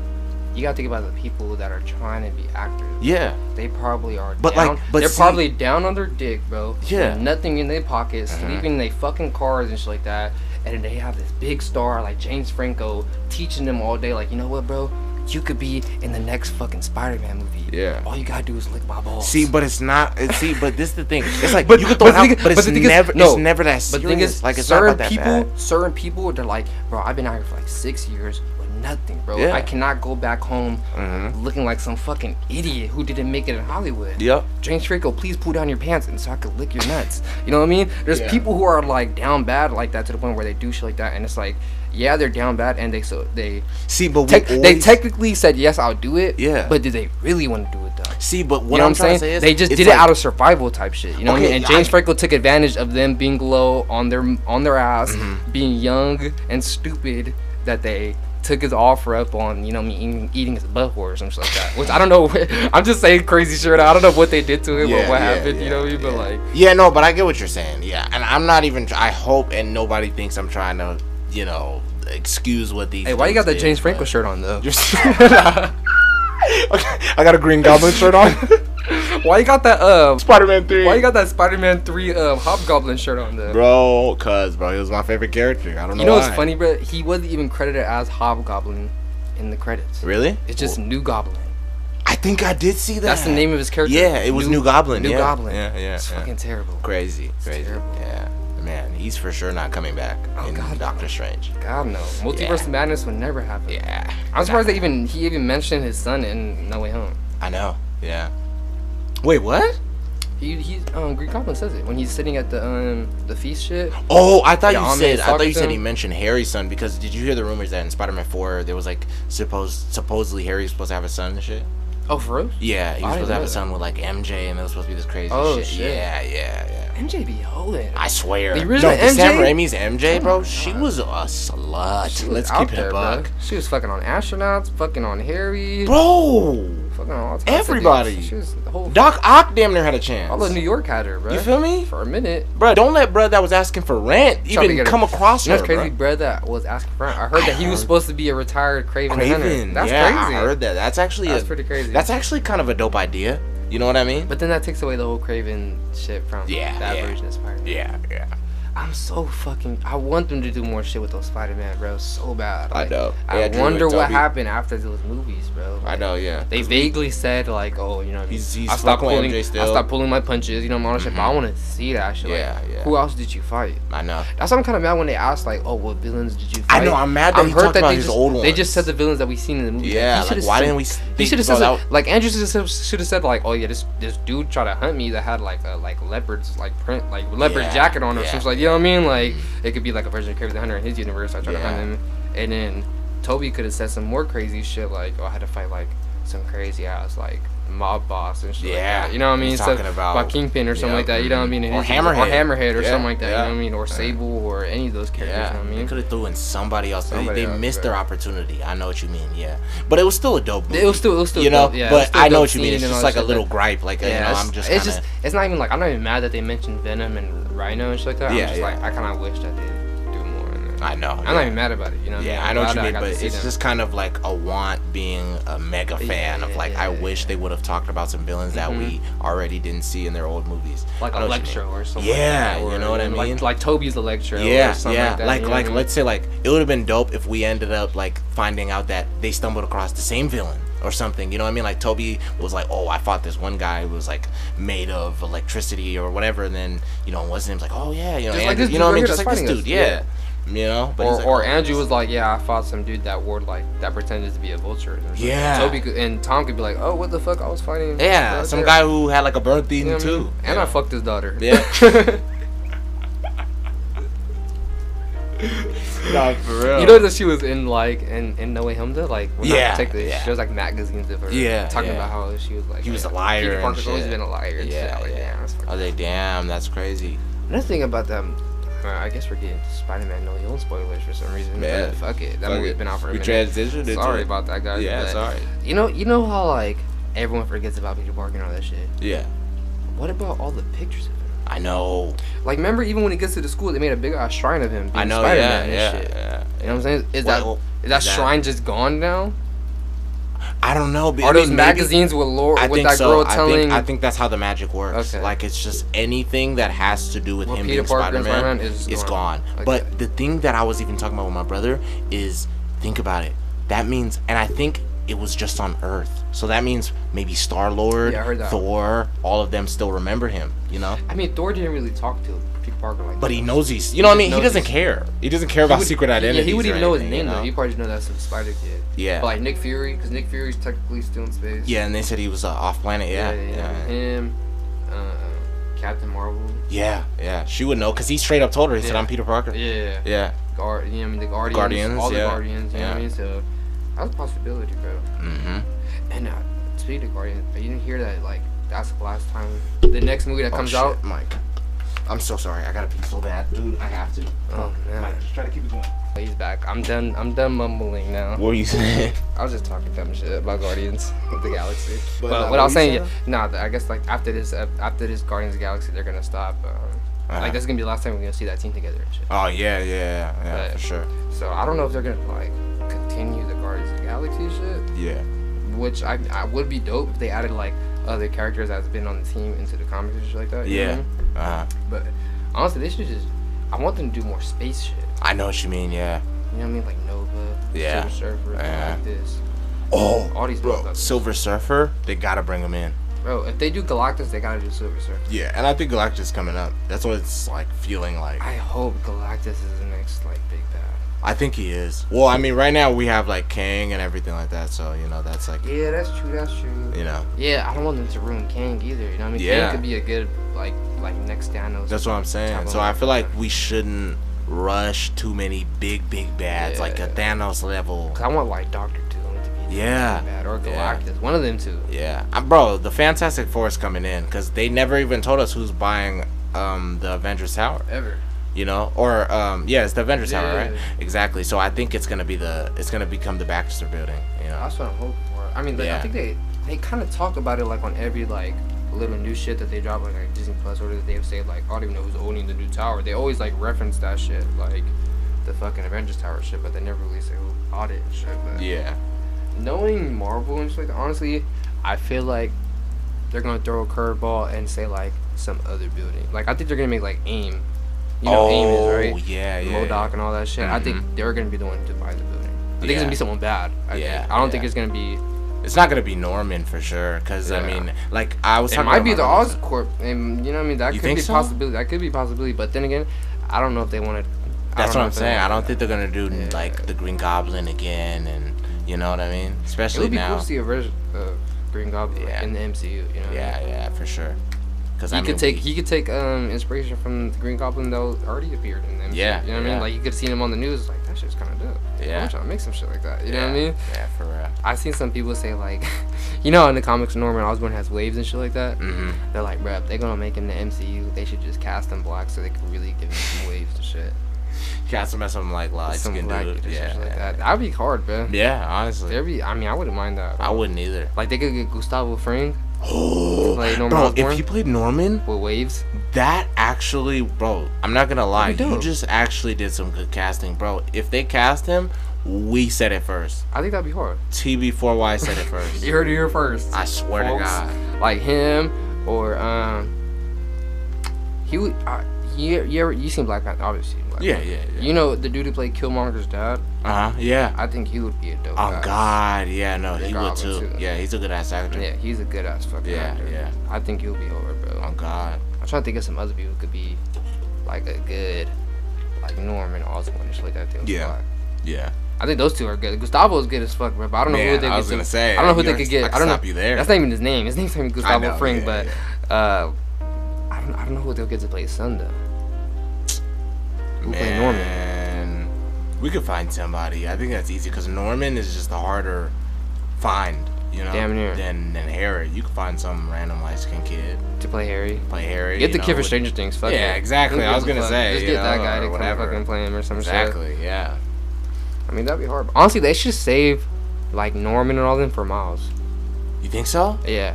B: You gotta think about the people that are trying to be actors.
A: yeah
B: They probably are
A: But,
B: down.
A: like, but
B: they're
A: see-
B: probably down on their dick, bro.
A: Yeah. Uh-huh.
B: With Nothing in their pockets, sleeping in their fucking cars and shit like that. And then they have this big star like James Franco teaching them all day, like, you know what, bro? You could be in the next fucking Spider-Man movie.
A: Yeah.
B: All you gotta do is lick my balls.
A: See, but it's not. It, see, but this is the thing. It's like
B: But-
A: you can throw
B: but
A: it
B: the
A: out,
B: thing is-
A: but it's
B: but the thing is-
A: never.
B: no.
A: it's never that
B: But
A: serious.
B: the thing is,
A: like it's not
B: certain
A: about that
B: people,
A: bad.
B: certain people, they're like, bro, I've been out here for like six years with nothing, bro.
A: Yeah. Mm-hmm.
B: I cannot go back home looking like some fucking idiot who didn't make it in Hollywood.
A: Yep.
B: James Franco, please pull down your pants and so I could lick your nuts. You know what I mean? There's
A: Yeah.
B: people who are like down bad like that to the point where they do shit like that, and it's like, yeah, they're down bad, and they so they
A: See, but we
B: tec- they
A: always-
B: technically said yes, I'll do it.
A: Yeah.
B: But did they really want to do it though?
A: See, but what
B: you know
A: I'm
B: what I'm
A: trying
B: saying?
A: to say is
B: they just
A: it's
B: did it
A: like-
B: out of survival type shit. You know what I
A: Okay,
B: mean? And James
A: I-
B: Franco took advantage of them being
A: Mm-hmm.
B: low on their on their ass, being young and stupid that they took took his offer up on you know me eating, eating his butthole or something like that. Which I don't know. I'm just saying crazy shit. I don't know what they did to him or what happened. you know what I mean? But
A: yeah.
B: like,
A: yeah, no, but I get what you're saying. Yeah, and I'm not even. I hope and nobody thinks I'm trying to, you know, excuse what these.
B: hey, why you got that
A: dudes did,
B: James Franco
A: but-
B: shirt on though?
A: You're s- Okay, I got a Green Goblin shirt on.
B: Why you got that uh?
A: Spider-Man Three.
B: Why you got that Spider-Man three um Hobgoblin shirt on though?
A: bro? Cause bro, he was my favorite character. I don't know.
B: you know what's
A: why.
B: funny, bro? He wasn't even credited as Hobgoblin in the credits.
A: Really?
B: It's just
A: Well,
B: New Goblin.
A: I think I did see that.
B: That's the name of his character.
A: Yeah, it was New, Goblin.
B: New
A: yeah.
B: Goblin.
A: Yeah, yeah.
B: It's
A: yeah.
B: fucking terrible.
A: crazy, crazy.
B: terrible.
A: Yeah, man, he's for sure not coming back
B: Oh,
A: in
B: God.
A: Doctor Strange.
B: God no. Multiverse
A: Yeah.
B: of Madness would never happen.
A: Yeah,
B: I'm surprised that even he even mentioned his son in No Way Home.
A: I know. Yeah. Wait, what?
B: He he um Green Goblin says it when he's sitting at the um the feast shit.
A: Oh, I thought
B: Yeah,
A: you
B: Omni
A: said.
B: is
A: I thought you
B: talking to
A: said he
B: him.
A: mentioned Harry's son because did you hear the rumors that in Spider-Man Four there was like supposed supposedly Harry's supposed to have a son and shit.
B: Oh for real?
A: Yeah, he
B: I
A: was supposed to
B: didn't
A: have
B: know
A: a
B: that.
A: son with like MJ, and it was supposed to be this crazy
B: Oh,
A: shit.
B: shit.
A: Yeah, yeah, yeah.
B: MJ be holding.
A: I swear.
B: The original
A: no, the Sam
B: MJ?
A: Raimi's MJ,
B: Oh
A: bro,
B: my
A: she
B: God.
A: was a slut. Let's
B: out
A: keep it
B: there,
A: a
B: bro.
A: buck.
B: She was fucking on astronauts, fucking on Harry,
A: Bro,
B: fucking on all types of dudes.
A: Everybody.
B: She was the whole
A: Doc Ock damn near had a chance.
B: all of New York had her, bro.
A: You feel me?
B: For a minute.
A: Bro, don't let bro that was asking for rent
B: Trying to
A: even
B: get
A: come
B: her-
A: across
B: You know
A: her.
B: what's crazy,
A: bruh.
B: bro? That was asking for. I heard
A: I
B: that he
A: heard-
B: was supposed to be a retired Craven,
A: Craven,
B: hunter. That's
A: yeah,
B: crazy.
A: I heard that. That's actually
B: That's
A: a-
B: pretty crazy.
A: That's actually kind of a dope idea. You know what I mean?
B: But then that takes away the whole Craven shit from
A: Yeah,
B: that
A: yeah.
B: version of Spider-Man.
A: Yeah, yeah.
B: I'm so fucking. I want them to do more shit with those Spider-Man, bro. So bad.
A: I
B: Like,
A: know.
B: I
A: Yeah, Drew
B: wonder
A: and
B: what
A: Toby.
B: happened after those movies, bro.
A: I
B: Like,
A: know, yeah.
B: They vaguely said like, oh, you know,
A: He's- he's
B: I stopped
A: fucking with
B: pulling.
A: MJ
B: I
A: still.
B: stopped pulling my punches. You know, my shit. But I
A: Mhm.
B: want to see that shit. Like,
A: Yeah, yeah.
B: Who else did you fight?
A: I know.
B: That's what I'm kind of mad when they asked like, oh, what villains did you
A: I
B: fight?
A: know, I'm mad that he talked about
B: they
A: his
B: just,
A: old
B: They
A: ones.
B: just said the villains that we seen in the movie.
A: Yeah,
B: He
A: like
B: should've
A: why
B: said-
A: didn't we? s-
B: He
A: think
B: should have
A: about
B: said
A: that?
B: some- like Andrew should have said like, oh yeah, this this dude tried to hunt me that had like a like leopard's like print like leopard
A: Yeah,
B: jacket on or
A: yeah.
B: something like you know what I mean? Like it could be like a version of Craven the Hunter in his universe. I tried to
A: Yeah.
B: hunt him, and then Toby could have said some more crazy shit like, oh I had to fight like some crazy ass like mob boss and shit. like
A: Yeah,
B: that. you know what I mean?
A: he's
B: Stuff
A: talking about-
B: about Kingpin or something
A: yeah,
B: like that. You know what I mean? And
A: or
B: his universe-
A: Hammerhead.
B: or Hammerhead or
A: Yeah,
B: something like
A: yeah.
B: that. You know what I mean? Or Sable or any of those characters.
A: Yeah,
B: You know what I
A: they
B: mean?
A: could have threw in somebody else. They-
B: Somebody
A: they
B: else,
A: missed
B: right.
A: their opportunity. I know what you mean. Yeah, but it was still a dope. Movie,
B: It was still- it was still
A: you know.
B: dope, yeah, it was
A: but
B: still a
A: I know
B: dope
A: what you mean.
B: scene
A: It's
B: and
A: just
B: all
A: like a
B: that shit,
A: little
B: but-
A: gripe. Like you know,
B: it's-
A: I'm just.
B: It's
A: kinda-
B: just. It's not even like I'm not even mad that they mentioned Venom and Rhino and shit like that.
A: Yeah,
B: I'm just
A: yeah.
B: like I kind of wish that they do more. In there.
A: I know.
B: I'm not even mad about it. You know.
A: Yeah,
B: what
A: I know what you
B: Glad
A: mean,
B: got
A: but
B: to see
A: it's
B: them.
A: just kind of like a want being a mega
B: Yeah,
A: fan of
B: yeah,
A: like
B: yeah,
A: I
B: yeah, Mm-hmm.
A: wish they would have talked about some villains that we already didn't see in their old movies.
B: like
A: I know what you mean.
B: Electro or something.
A: Yeah,
B: like that,
A: you
B: or,
A: know what I mean?
B: Like, like Toby's Electro.
A: Yeah,
B: or something
A: yeah.
B: Like, that,
A: like
B: you know
A: like
B: what I mean?
A: let's say like it would have been dope if we ended up like finding out that they stumbled across the same villain or something. You know what I mean? Like Toby was like, "Oh, I fought this one guy who was like made of electricity or whatever," and then you know, wasn't him like, "Oh yeah, you know,
B: Just like
A: Andrew,
B: this
A: you know what I mean?
B: dude
A: Just
B: right
A: like this
B: here that's
A: dude,
B: fighting
A: yeah."
B: us,
A: You know, but
B: or,
A: he's like,
B: or
A: "Oh,
B: Andrew was like, yeah, I fought some dude that wore like that pretended to be a vulture. or something.
A: Yeah.
B: Toby could, and Tom could be like, oh, what the fuck, I was fighting.
A: yeah,
B: right
A: some
B: there."
A: guy who had like a burn thing
B: You know what I mean?
A: too."
B: And I fucked his daughter.
A: Yeah. Nah, for real.
B: You know that she was in like in, in No Way Home though, like when
A: Oh. Yeah,
B: I checked this,
A: yeah.
B: she was like magazines of her,
A: Yeah,
B: talking
A: yeah.
B: about how she was like
A: He was
B: yeah,
A: a liar
B: Peter
A: and
B: Parker's always
A: shit.
B: been a liar. And
A: Yeah,
B: yeah, shit. I was Like,
A: yeah.
B: yeah. that's fucking-
A: I was like, damn, that's crazy.
B: Another thing about them, uh, I guess we're getting Spider-Man No Way Home spoilers for some reason.
A: Yeah.
B: but fuck it, that
A: Fuck
B: movie's
A: it.
B: been out for a
A: we
B: minute.
A: transitioned into
B: Sorry
A: it.
B: about that, guys.
A: Yeah,
B: but
A: sorry.
B: You know, you know how like everyone forgets about Peter Parker and all that shit.
A: Yeah,
B: What about all the pictures of him?
A: I know.
B: Like, remember even when he gets to the school, they made a big ass shrine of him. Being
A: I know.
B: Spider-Man
A: Yeah,
B: and
A: yeah,
B: shit.
A: yeah.
B: You know what I'm saying? Is
A: Well,
B: that is that
A: that-
B: shrine just gone now?
A: I don't know. but
B: Are
A: I
B: those
A: mean, maybe-
B: magazines with Laura
A: I
B: with
A: think
B: that
A: so.
B: girl
A: I
B: telling
A: think, I think that's how the magic works.
B: Okay.
A: Like it's just anything that has to do with
B: Well,
A: him
B: Peter
A: being
B: Parker
A: Spider
B: and
A: Man
B: Spider-Man
A: is,
B: is
A: gone.
B: gone. Okay.
A: But the thing that I was even talking about with my brother is think about it. That means, and I think it was just on Earth. So that means maybe Star Lord,
B: Yeah, I heard that.
A: Thor, all of them still remember him. You know.
B: I mean, Thor didn't really talk to Peter Parker like.
A: But
B: that.
A: he knows he's. You know what I mean?
B: just
A: He
B: knows
A: doesn't
B: he's-
A: care. He doesn't care about
B: would-
A: secret identity.
B: Yeah, he would even know his name
A: You
B: though.
A: know?
B: He probably just know that's a Spider Kid.
A: Yeah.
B: But like Nick Fury, because Nick Fury's technically still in space.
A: Yeah, and they said he was uh, off planet. Yeah, yeah, yeah.
B: Him, uh, Captain Marvel.
A: She would know because he straight up told her. He said,
B: Yeah.
A: "I'm Peter Parker." Yeah.
B: Yeah. Guard. You know what I mean? The Guardians.
A: Guardians,
B: All the
A: yeah.
B: Guardians. You know what
A: Yeah.
B: I mean? So that's a possibility, bro.
A: Mm-hmm.
B: And uh, speaking of Guardians, you didn't hear that like that's the last time the next movie that
A: Oh,
B: comes
A: shit,
B: out.
A: Mike. I'm so sorry. I gotta pee so bad, dude. I have to.
B: Oh man.
A: just try to keep it going.
B: He's back. I'm done. I'm done mumbling now.
A: What were you saying?
B: I was just talking dumb shit about Guardians of the Galaxy.
A: But,
B: But,
A: uh,
B: what
A: what
B: I was
A: you
B: saying,
A: said?
B: nah. I guess like after this, ep- after this Guardians of the Galaxy, they're gonna stop. Um,
A: Uh-huh.
B: Like that's gonna be the last time we're gonna see that team together and shit.
A: Oh yeah, yeah, yeah, yeah,
B: Right.
A: for sure.
B: So I don't know if they're gonna like continue the Guardians of the Galaxy shit,
A: Yeah,
B: which I, I would be dope if they added like other characters that's been on the team into the comics and shit like that. you know what I
A: yeah.
B: mean?
A: Uh,
B: But honestly, they should just. I want them to do more space shit.
A: I know what you mean. Yeah.
B: You know what I mean? Like Nova,
A: Yeah. Uh-huh.
B: Silver Surfer,
A: Yeah.
B: Galactus.
A: Oh,
B: All these
A: bro,
B: motherfuckers.
A: Silver Surfer. They gotta bring him in.
B: Bro, if they do Galactus, they gotta do Silver Surfer.
A: Yeah, and I think Galactus coming up. That's what it's like feeling like.
B: I hope Galactus is the next like big bad.
A: I think he is. Well, I mean, right now we have like Kang and everything like that. So you know, that's like,
B: Yeah, that's true. That's true.
A: you know,
B: Yeah, I don't want them to ruin Kang either. You know what I mean?
A: Yeah.
B: Kang could be a good like like next Thanos.
A: that's what I'm saying. So I feel like we shouldn't rush too many big, big bads like a
B: Yeah.
A: Thanos level.
B: Cause I want like Doctor Doom to be the
A: Yeah.
B: big bad or
A: Yeah.
B: Galactus, one of them two.
A: Yeah, uh, bro, the Fantastic Four is coming in because they never even told us who's buying um the Avengers Tower.
B: Ever.
A: You know, or um yeah, it's the Avengers Tower, right?
B: Yeah.
A: Exactly. So I think it's gonna be the it's gonna become the Baxter Building. You know.
B: That's what I'm hoping for. I mean, like,
A: Yeah.
B: I think they they kind of talk about it like on every like little new shit that they drop like, like Disney Plus or that they say like I don't even know who's owning the new tower. They always like reference that shit like the fucking Avengers Tower shit, but they never really say who bought it and shit. But
A: Yeah.
B: knowing Marvel and shit, like that, honestly, I feel like they're gonna throw a curveball and say like some other building. Like I think they're gonna make like AIM. You know AIM is right.
A: Oh, yeah, yeah.
B: Modoc
A: yeah.
B: and all that shit. I think they're gonna be the one to buy the building. I think it's
A: Yeah.
B: gonna be someone bad. I think.
A: Yeah,
B: I don't
A: yeah.
B: think it's gonna be.
A: It's not gonna be Norman for sure, cause I
B: Yeah.
A: mean, like I was.
B: It
A: talking
B: might
A: to
B: be
A: my
B: the
A: brother-
B: Oscorp, and you know what I mean. That
A: You
B: could
A: think
B: be
A: so?
B: possibility. That could be possibility. But then again, I don't know if they want to.
A: That's what I'm saying. I don't think they're gonna do
B: Yeah.
A: like the Green Goblin again, and you know what I mean.
B: it
A: Especially
B: would be
A: now.
B: cool to see a version of Green Goblin like,
A: Yeah.
B: in the MCU. You know. what I mean?
A: yeah, yeah, for sure. Cause
B: He
A: I mean,
B: could take
A: we-
B: he could take um inspiration from the Green Goblin that already appeared in the MCU.
A: Yeah,
B: You know what I
A: yeah.
B: mean? Like you could have seen him on the news. Like that shit's kind of dope.
A: Yeah.
B: I'm trying to make some shit like that. You
A: yeah,
B: know what I mean?
A: Yeah, for real.
B: I've seen some people say like, you know, in the comics Norman Osborn has waves and shit like that.
A: Mm-hmm.
B: They're like, bruh, if they're gonna make him the MCU, they should just cast him black so they can really give him some waves and shit.
A: Cast him as some like light
B: some
A: skin
B: black
A: dude.
B: dude or some
A: Yeah,
B: shit like that. That'd be hard, bruh.
A: yeah. Honestly,
B: There'd be. I mean, I wouldn't mind that.
A: I wouldn't either.
B: Like they could get Gustavo Fring
A: Oh,
B: Play Norman
A: bro,
B: Osborn?
A: if he played Norman,
B: with waves.
A: that actually, bro, I'm not gonna lie,
B: That'd be
A: you
B: dope.
A: just actually did some good casting, bro. If they cast him, we said it first.
B: I think that'd be hard.
A: TB4Y said it first.
B: You heard it here first.
A: I swear
B: folks.
A: to God.
B: like him or um he would uh, you, you ever you seen Black Panther obviously you seen Black
A: Yeah,
B: Panther.
A: yeah, yeah.
B: you know the dude who played Killmonger's dad
A: Uh huh. Yeah.
B: I think he would be a dope
A: Oh
B: guy.
A: God. Yeah. No, he would
B: Goblin,
A: too.
B: too.
A: Yeah, he's a good ass actor.
B: yeah he's a good ass fucking
A: Yeah,
B: actor
A: yeah.
B: I think he'll be over bro
A: Oh
B: I'm,
A: God.
B: trying to think of some other people who could be like a good like Norman Osborn and shit like that too
A: Yeah.
B: Like,
A: Yeah.
B: I think those two are good Gustavo is good as fuck bro but I don't know who
A: Man,
B: they
A: I
B: could
A: was
B: do-
A: gonna say.
B: I don't know who
A: you
B: they could get
A: I
B: I don't know
A: stop you there.
B: That's not even his name. His name's not even Gustavo
A: know,
B: Fring,
A: yeah,
B: but uh, I don't I don't know who they'll get to play his son though. Who played Norman?
A: Man, we could find somebody. I think that's easy because Norman is just a harder find, you know,
B: Damn near.
A: than than Harry. You could find some random light skinned kid
B: to play Harry.
A: play Harry.
B: Get
A: you
B: the
A: know,
B: kid for
A: with-
B: Stranger Things. Fuck
A: Yeah,
B: it.
A: exactly,
B: Who
A: I was
B: gives
A: gonna
B: a fuck?
A: say,
B: Just
A: you
B: get that
A: know,
B: guy to
A: or
B: come
A: whatever.
B: fucking play him or some shit.
A: Exactly. Yeah.
B: I mean, that'd be horrible. Honestly, they should save like Norman and all them for Miles.
A: You think so?
B: Yeah,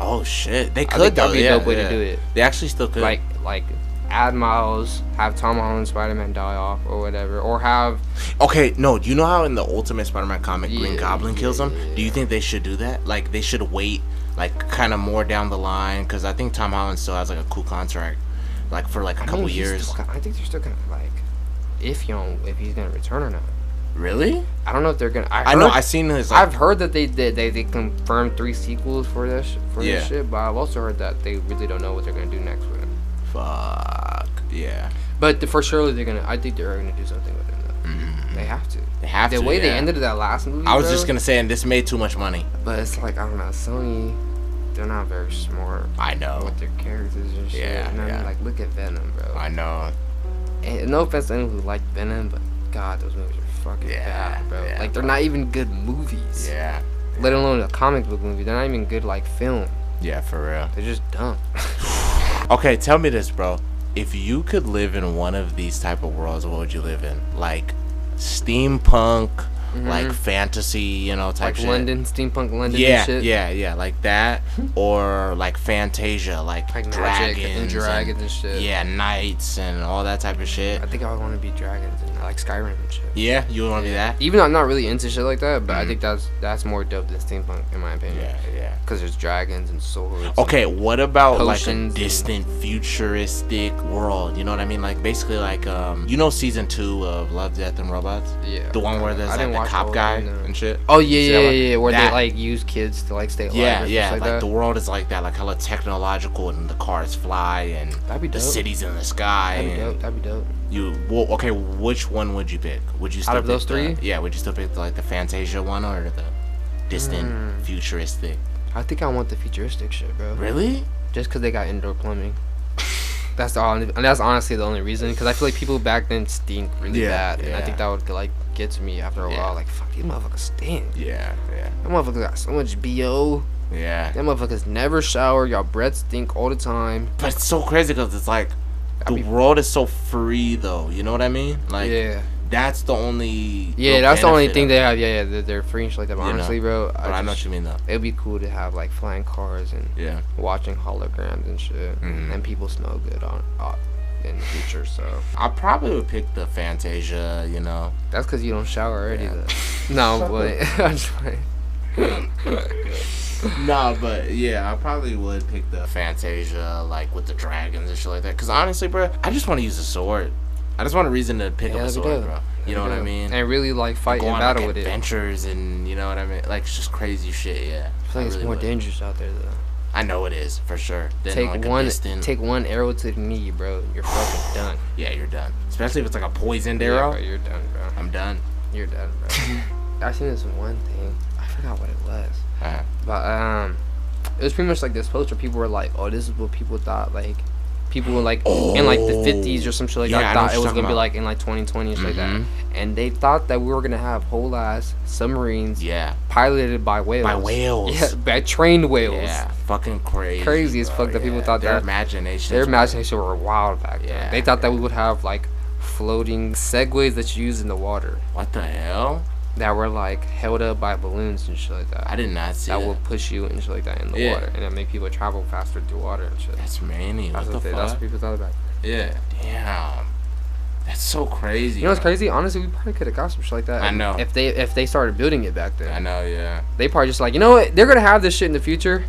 A: Oh shit, they
B: I
A: could.
B: think
A: though.
B: that'd be a
A: yeah,
B: dope way
A: yeah.
B: to do it.
A: They actually still could.
B: Like like add Miles, have Tom Holland Spider Man die off or whatever, or have
A: okay, no. Do you know how in the Ultimate Spider-Man comic, Green
B: Yeah,
A: Goblin kills him? Do you
B: yeah.
A: think they should do that? Like they should wait, like kind of more down the line, because I think Tom Holland still has like a cool contract, like for like a
B: I
A: couple
B: mean, he's
A: years.
B: still gonna- I think they're still gonna like if you don't, if he's gonna return or not.
A: Really?
B: I don't know if they're gonna. I,
A: I know.
B: heard-
A: I seen his. Like,
B: I've heard that they did. They, they confirmed three sequels for this sh- for
A: Yeah.
B: this shit, but I've also heard that they really don't know what they're gonna do next with him.
A: fuck. Yeah.
B: But the, for surely they're gonna. I think they're gonna do something with him though. They have to.
A: They Mm-hmm. have
B: the
A: to.
B: way they
A: yeah.
B: ended that last movie.
A: I was
B: bro,
A: just gonna say, and this made too much money.
B: But it's like I don't know. Sony, they're not very smart
A: I know.
B: with their characters and shit.
A: Yeah,
B: and I mean,
A: yeah.
B: like look at Venom, bro.
A: I know.
B: And no offense to anyone who liked Venom, but God, those movies are fucking
A: Yeah,
B: bad, bro.
A: yeah,
B: like they're
A: bro.
B: not even good movies.
A: Yeah.
B: Let alone a comic book movie. They're not even good like film.
A: Yeah, for real.
B: They're just dumb.
A: Okay, tell me this, bro. If you could live in one of these type of worlds, what would you live in? Like steampunk, like
B: Mhm.
A: fantasy, you know, type
B: like
A: shit.
B: London, steampunk London
A: Yeah,
B: and shit.
A: yeah, yeah, like that, or like Fantasia, like,
B: Like
A: dragons,
B: magic and dragons and shit.
A: yeah, knights and all that type of shit.
B: I think I would want to be dragons and like Skyrim and shit.
A: Yeah, you want to be
B: Even though I'm not really into shit like that, but I
A: Mhm.
B: think that's that's more dope than steampunk in my
A: that?
B: opinion.
A: Yeah, yeah. Oh,
B: Cause there's dragons and swords. and-
A: Okay, what about like a
B: Potions and-
A: distant futuristic world? You know what I mean? Like basically, like um, you know, season two of Love, Death, and Robots,
B: yeah.
A: the one where
B: I
A: there's like
B: didn't
A: the
B: watch
A: cop
B: whole
A: guy
B: thing, no.
A: and shit.
B: Oh yeah,
A: See
B: yeah,
A: that
B: yeah,
A: one?
B: yeah, yeah, Where
A: That-
B: they like use kids to like stay alive.
A: Yeah,
B: and
A: yeah,
B: stuff
A: like,
B: like, that.
A: the world is like that, like hella technological, and the cars fly, and
B: That'd be
A: the
B: dope.
A: cities in the sky.
B: That'd be
A: and-
B: dope. That'd be dope.
A: You well, okay? Which one would you pick? Would you still
B: Out of
A: pick
B: those
A: the-
B: three?
A: yeah, would you still pick like the Fantasia one or the distant
B: Hmm.
A: futuristic?
B: I think I want the futuristic shit, bro.
A: Really?
B: Just cause they got indoor plumbing. That's all, and that's honestly the only reason. Cause I feel like people back then stink really
A: Yeah,
B: bad, and I
A: yeah.
B: think that would like get to me after a
A: Yeah.
B: while. Like fuck, these motherfuckers stink.
A: Yeah, yeah,
B: That motherfucker got so much bo.
A: yeah.
B: That motherfuckers never shower. Y'all breath stink all the time.
A: But it's so crazy because it's like the
B: I'd be-
A: world is so free, though. You know what I mean? Like
B: yeah,
A: that's the only
B: yeah.
A: real
B: That's the only
A: benefit
B: thing
A: of
B: they
A: it.
B: have. Yeah, yeah. They're, they're free and shit like that. But
A: You know,
B: honestly, bro,
A: But I know
B: just-
A: what you mean, though.
B: it'd be cool to have like flying cars and
A: Yeah,
B: watching holograms and shit,
A: Mhm.
B: and people smell good on, on in the future. So
A: I probably would pick the Fantasia. You know,
B: that's because you don't shower already.
A: Yeah.
B: Though. No, but I'm just playing.
A: nah, but yeah, I probably would pick the Fantasia, like with the dragons and shit like that. Cause honestly, bro, I just want to use a sword. I just want a reason to pick
B: Yeah,
A: up a
B: that'd be
A: sword,
B: dope.
A: bro. You know what I mean?
B: And really like fight
A: Go
B: and
A: on,
B: battle
A: like,
B: with it. I
A: adventures and you know what I mean. Like it's just crazy shit. Yeah,
B: feel like it's
A: really
B: more
A: would.
B: dangerous out there though.
A: I know it is for sure. Than,
B: Take
A: like, a
B: one,
A: distant-
B: take one arrow to the knee, bro. You're fucking done.
A: Yeah, you're done. Especially if it's like a poisoned arrow.
B: Yeah, bro, you're done, bro.
A: I'm done.
B: You're done, bro. I seen this one thing. I forgot what it was.
A: Uh,
B: But um, it was pretty much like this post where people were like, "Oh, this is what people thought like." People were like in like the
A: Oh.
B: 50s or some shit like
A: Yeah, I know
B: that thought
A: what
B: it
A: you're
B: was
A: talking
B: gonna be
A: about.
B: like in like 2020 and shit like that,
A: Mhm.
B: and they thought that we were gonna have whole ass submarines
A: yeah,
B: piloted by whales,
A: by whales.
B: yeah, by trained whales.
A: Yeah, fucking crazy.
B: Crazy as
A: bro,
B: fuck that people
A: yeah.
B: thought
A: their
B: that-
A: imagination.
B: Their imagination were wild back then.
A: Yeah,
B: they thought that we would have like floating segways that you use in the water
A: What the hell?
B: that were like held up by balloons and shit like that.
A: I did not see
B: that
A: that.
B: will push you and shit like that in the
A: Yeah.
B: water, and that make people travel faster through water and shit.
A: That's many. What
B: That's
A: the
B: what, they,
A: fuck?
B: that's what people thought about.
A: Yeah. Damn. That's so crazy.
B: You know what's
A: bro.
B: crazy? Honestly, we probably could have got some shit like that.
A: I
B: if-
A: know.
B: If they if they started building it back
A: I
B: then,
A: know. Yeah.
B: they probably just like you know what they're gonna have this shit in the future,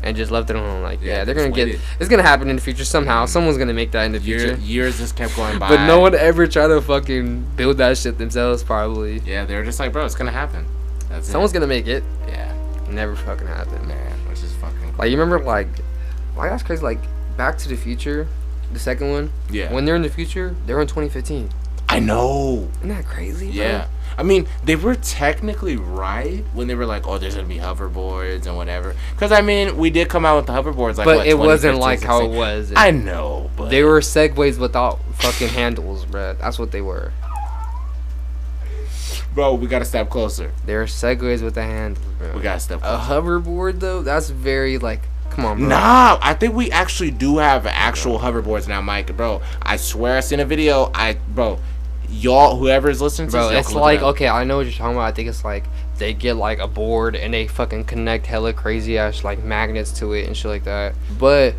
B: and just left it alone. Like
A: Yeah,
B: yeah, they're
A: just
B: gonna get
A: waited.
B: it's gonna happen in the future somehow. Someone's gonna make that in the
A: Year,
B: future.
A: years just kept going by.
B: But no one ever tried to fucking build that shit themselves. Probably
A: Yeah, they were just like, bro, it's gonna happen. That's
B: someone's
A: it.
B: gonna make it.
A: Someone's. Yeah.
B: Never fucking happened.
A: Man, which is fucking.
B: Like you remember like, like that's crazy. Like Back to the Future, the second one.
A: Yeah.
B: When they're in the future, they're in 2015.
A: I know.
B: Isn't that crazy? Bro?
A: Yeah. I mean, they were technically right when they were like, "Oh, there's gonna be hoverboards and whatever." Because I mean, we did come out with the hoverboards, like,
B: but
A: what,
B: it wasn't
A: 2015,
B: like how it
A: 16?
B: was.
A: I know, but
B: They were segways without fucking handles, bruh. That's what they were.
A: bro, we gotta step closer.
B: They were segways with a handle, bro.
A: We gotta step.
B: a
A: Closer.
B: hoverboard though. That's very like, come on, bro.
A: Nah, I think we actually do have actual hoverboards now, Mike. Bro, I swear I seen a video. I bro, y'all, whoever is listening to
B: bro.
A: this, y'all
B: It's
A: can look it
B: like
A: up.
B: okay, I know what you're talking about. I think it's like they get like a board and they fucking connect hella crazy ass like magnets to it and shit like that. But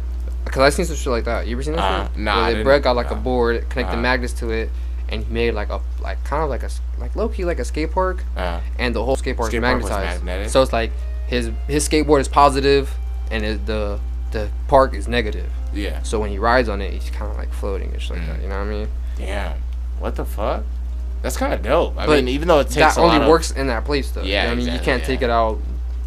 B: cause I seen some shit like that. You ever seen that?
A: Uh,
B: shit?
A: nah, I
B: Where they
A: didn't.
B: Brett got like a
A: Nah.
B: board, connect
A: Uh.
B: the magnets to it, and he made like a like kind of like a s- like low key like a skate park.
A: Uh,
B: and the whole skateboard,
A: Skateboard
B: is
A: was
B: magnetized.
A: magnetic.
B: So it's like his his skateboard is positive, and it, the the park is negative.
A: yeah.
B: So when he rides on it, he's kind of like floating and shit like
A: Mm.
B: that. You know what I mean?
A: Damn. What the fuck? That's kind of dope. I
B: But
A: mean, even though it takes
B: that
A: a
B: only
A: lot of-
B: works in that place though.
A: Yeah,
B: you know what I mean you
A: exactly,
B: can't
A: yeah.
B: take it out,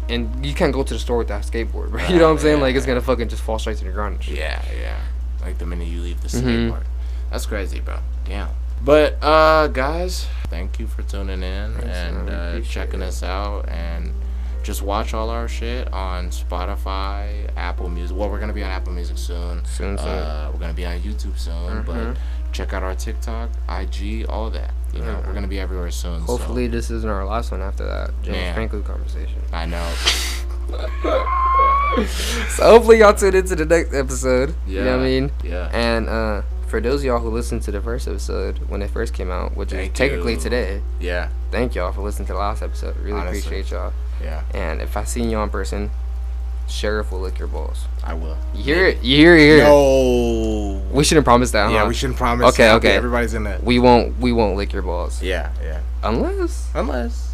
B: and you can't go to the store with that skateboard. Right? you know what I'm saying?
A: yeah,
B: Like it's
A: yeah.
B: gonna fucking just fall straight to the ground. And shit.
A: Yeah, yeah. Like the minute you leave the
B: Mhm.
A: skateboard. That's crazy, bro. Damn. But uh guys, thank you for tuning in and
B: man. We
A: uh,
B: appreciate
A: checking
B: it.
A: us out and just watch all our shit on Spotify, Apple Music. Well, we're gonna be on Apple Music soon.
B: Soon, soon.
A: Uh, we're gonna be on YouTube soon. But
B: Mhm.
A: check out our TikTok, IG, all that. You know, we're
B: Mhm.
A: gonna be everywhere soon. so-
B: Hopefully this isn't our last one after that James
A: Yeah.
B: Franklin conversation.
A: I know.
B: So hopefully y'all tune into the next episode.
A: Yeah.
B: You know what I mean?
A: Yeah.
B: And uh, for those of y'all who listened to the first episode when it first came out, which
A: Thank
B: is technically
A: you.
B: today,
A: Yeah,
B: thank y'all for listening to the last episode. Really
A: Honestly.
B: appreciate y'all.
A: yeah,
B: And if I seen y'all in person, sheriff will lick your balls.
A: I will.
B: You hear it? You hear it? you hear it.
A: No.
B: We shouldn't promise that.
A: Yeah,
B: huh?
A: we shouldn't promise.
B: Uh-huh. Okay,
A: that.
B: okay.
A: Everybody's in that.
B: we won't. We won't lick your balls
A: Yeah, yeah.
B: unless
A: Unless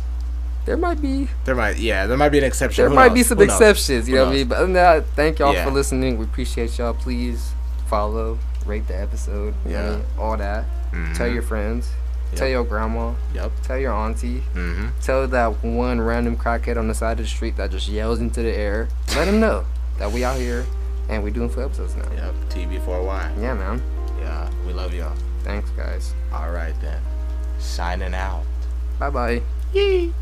B: there might be
A: there might, yeah, there might be an exception.
B: there
A: Who
B: might
A: knows?
B: be some
A: Who knows?
B: exceptions. You
A: Who
B: know what I
A: knows?
B: mean? But other than that, thank y'all
A: Yeah.
B: for listening. We appreciate y'all. Please follow, rate the episode. you know what I
A: Yeah.
B: mean? all that.
A: Mhm.
B: Tell your friends. Tell
A: Yep.
B: your grandma.
A: Yep.
B: Tell your auntie.
A: Mm-hmm.
B: Tell that one random crackhead on the side of the street that just yells into the air. Let him know that we out here and we doing full episodes now.
A: Yep. TB4Y.
B: Yeah, man.
A: Yeah. We love y'all.
B: Thanks, guys.
A: All right then. Signing out.
B: Bye bye.
A: Yee.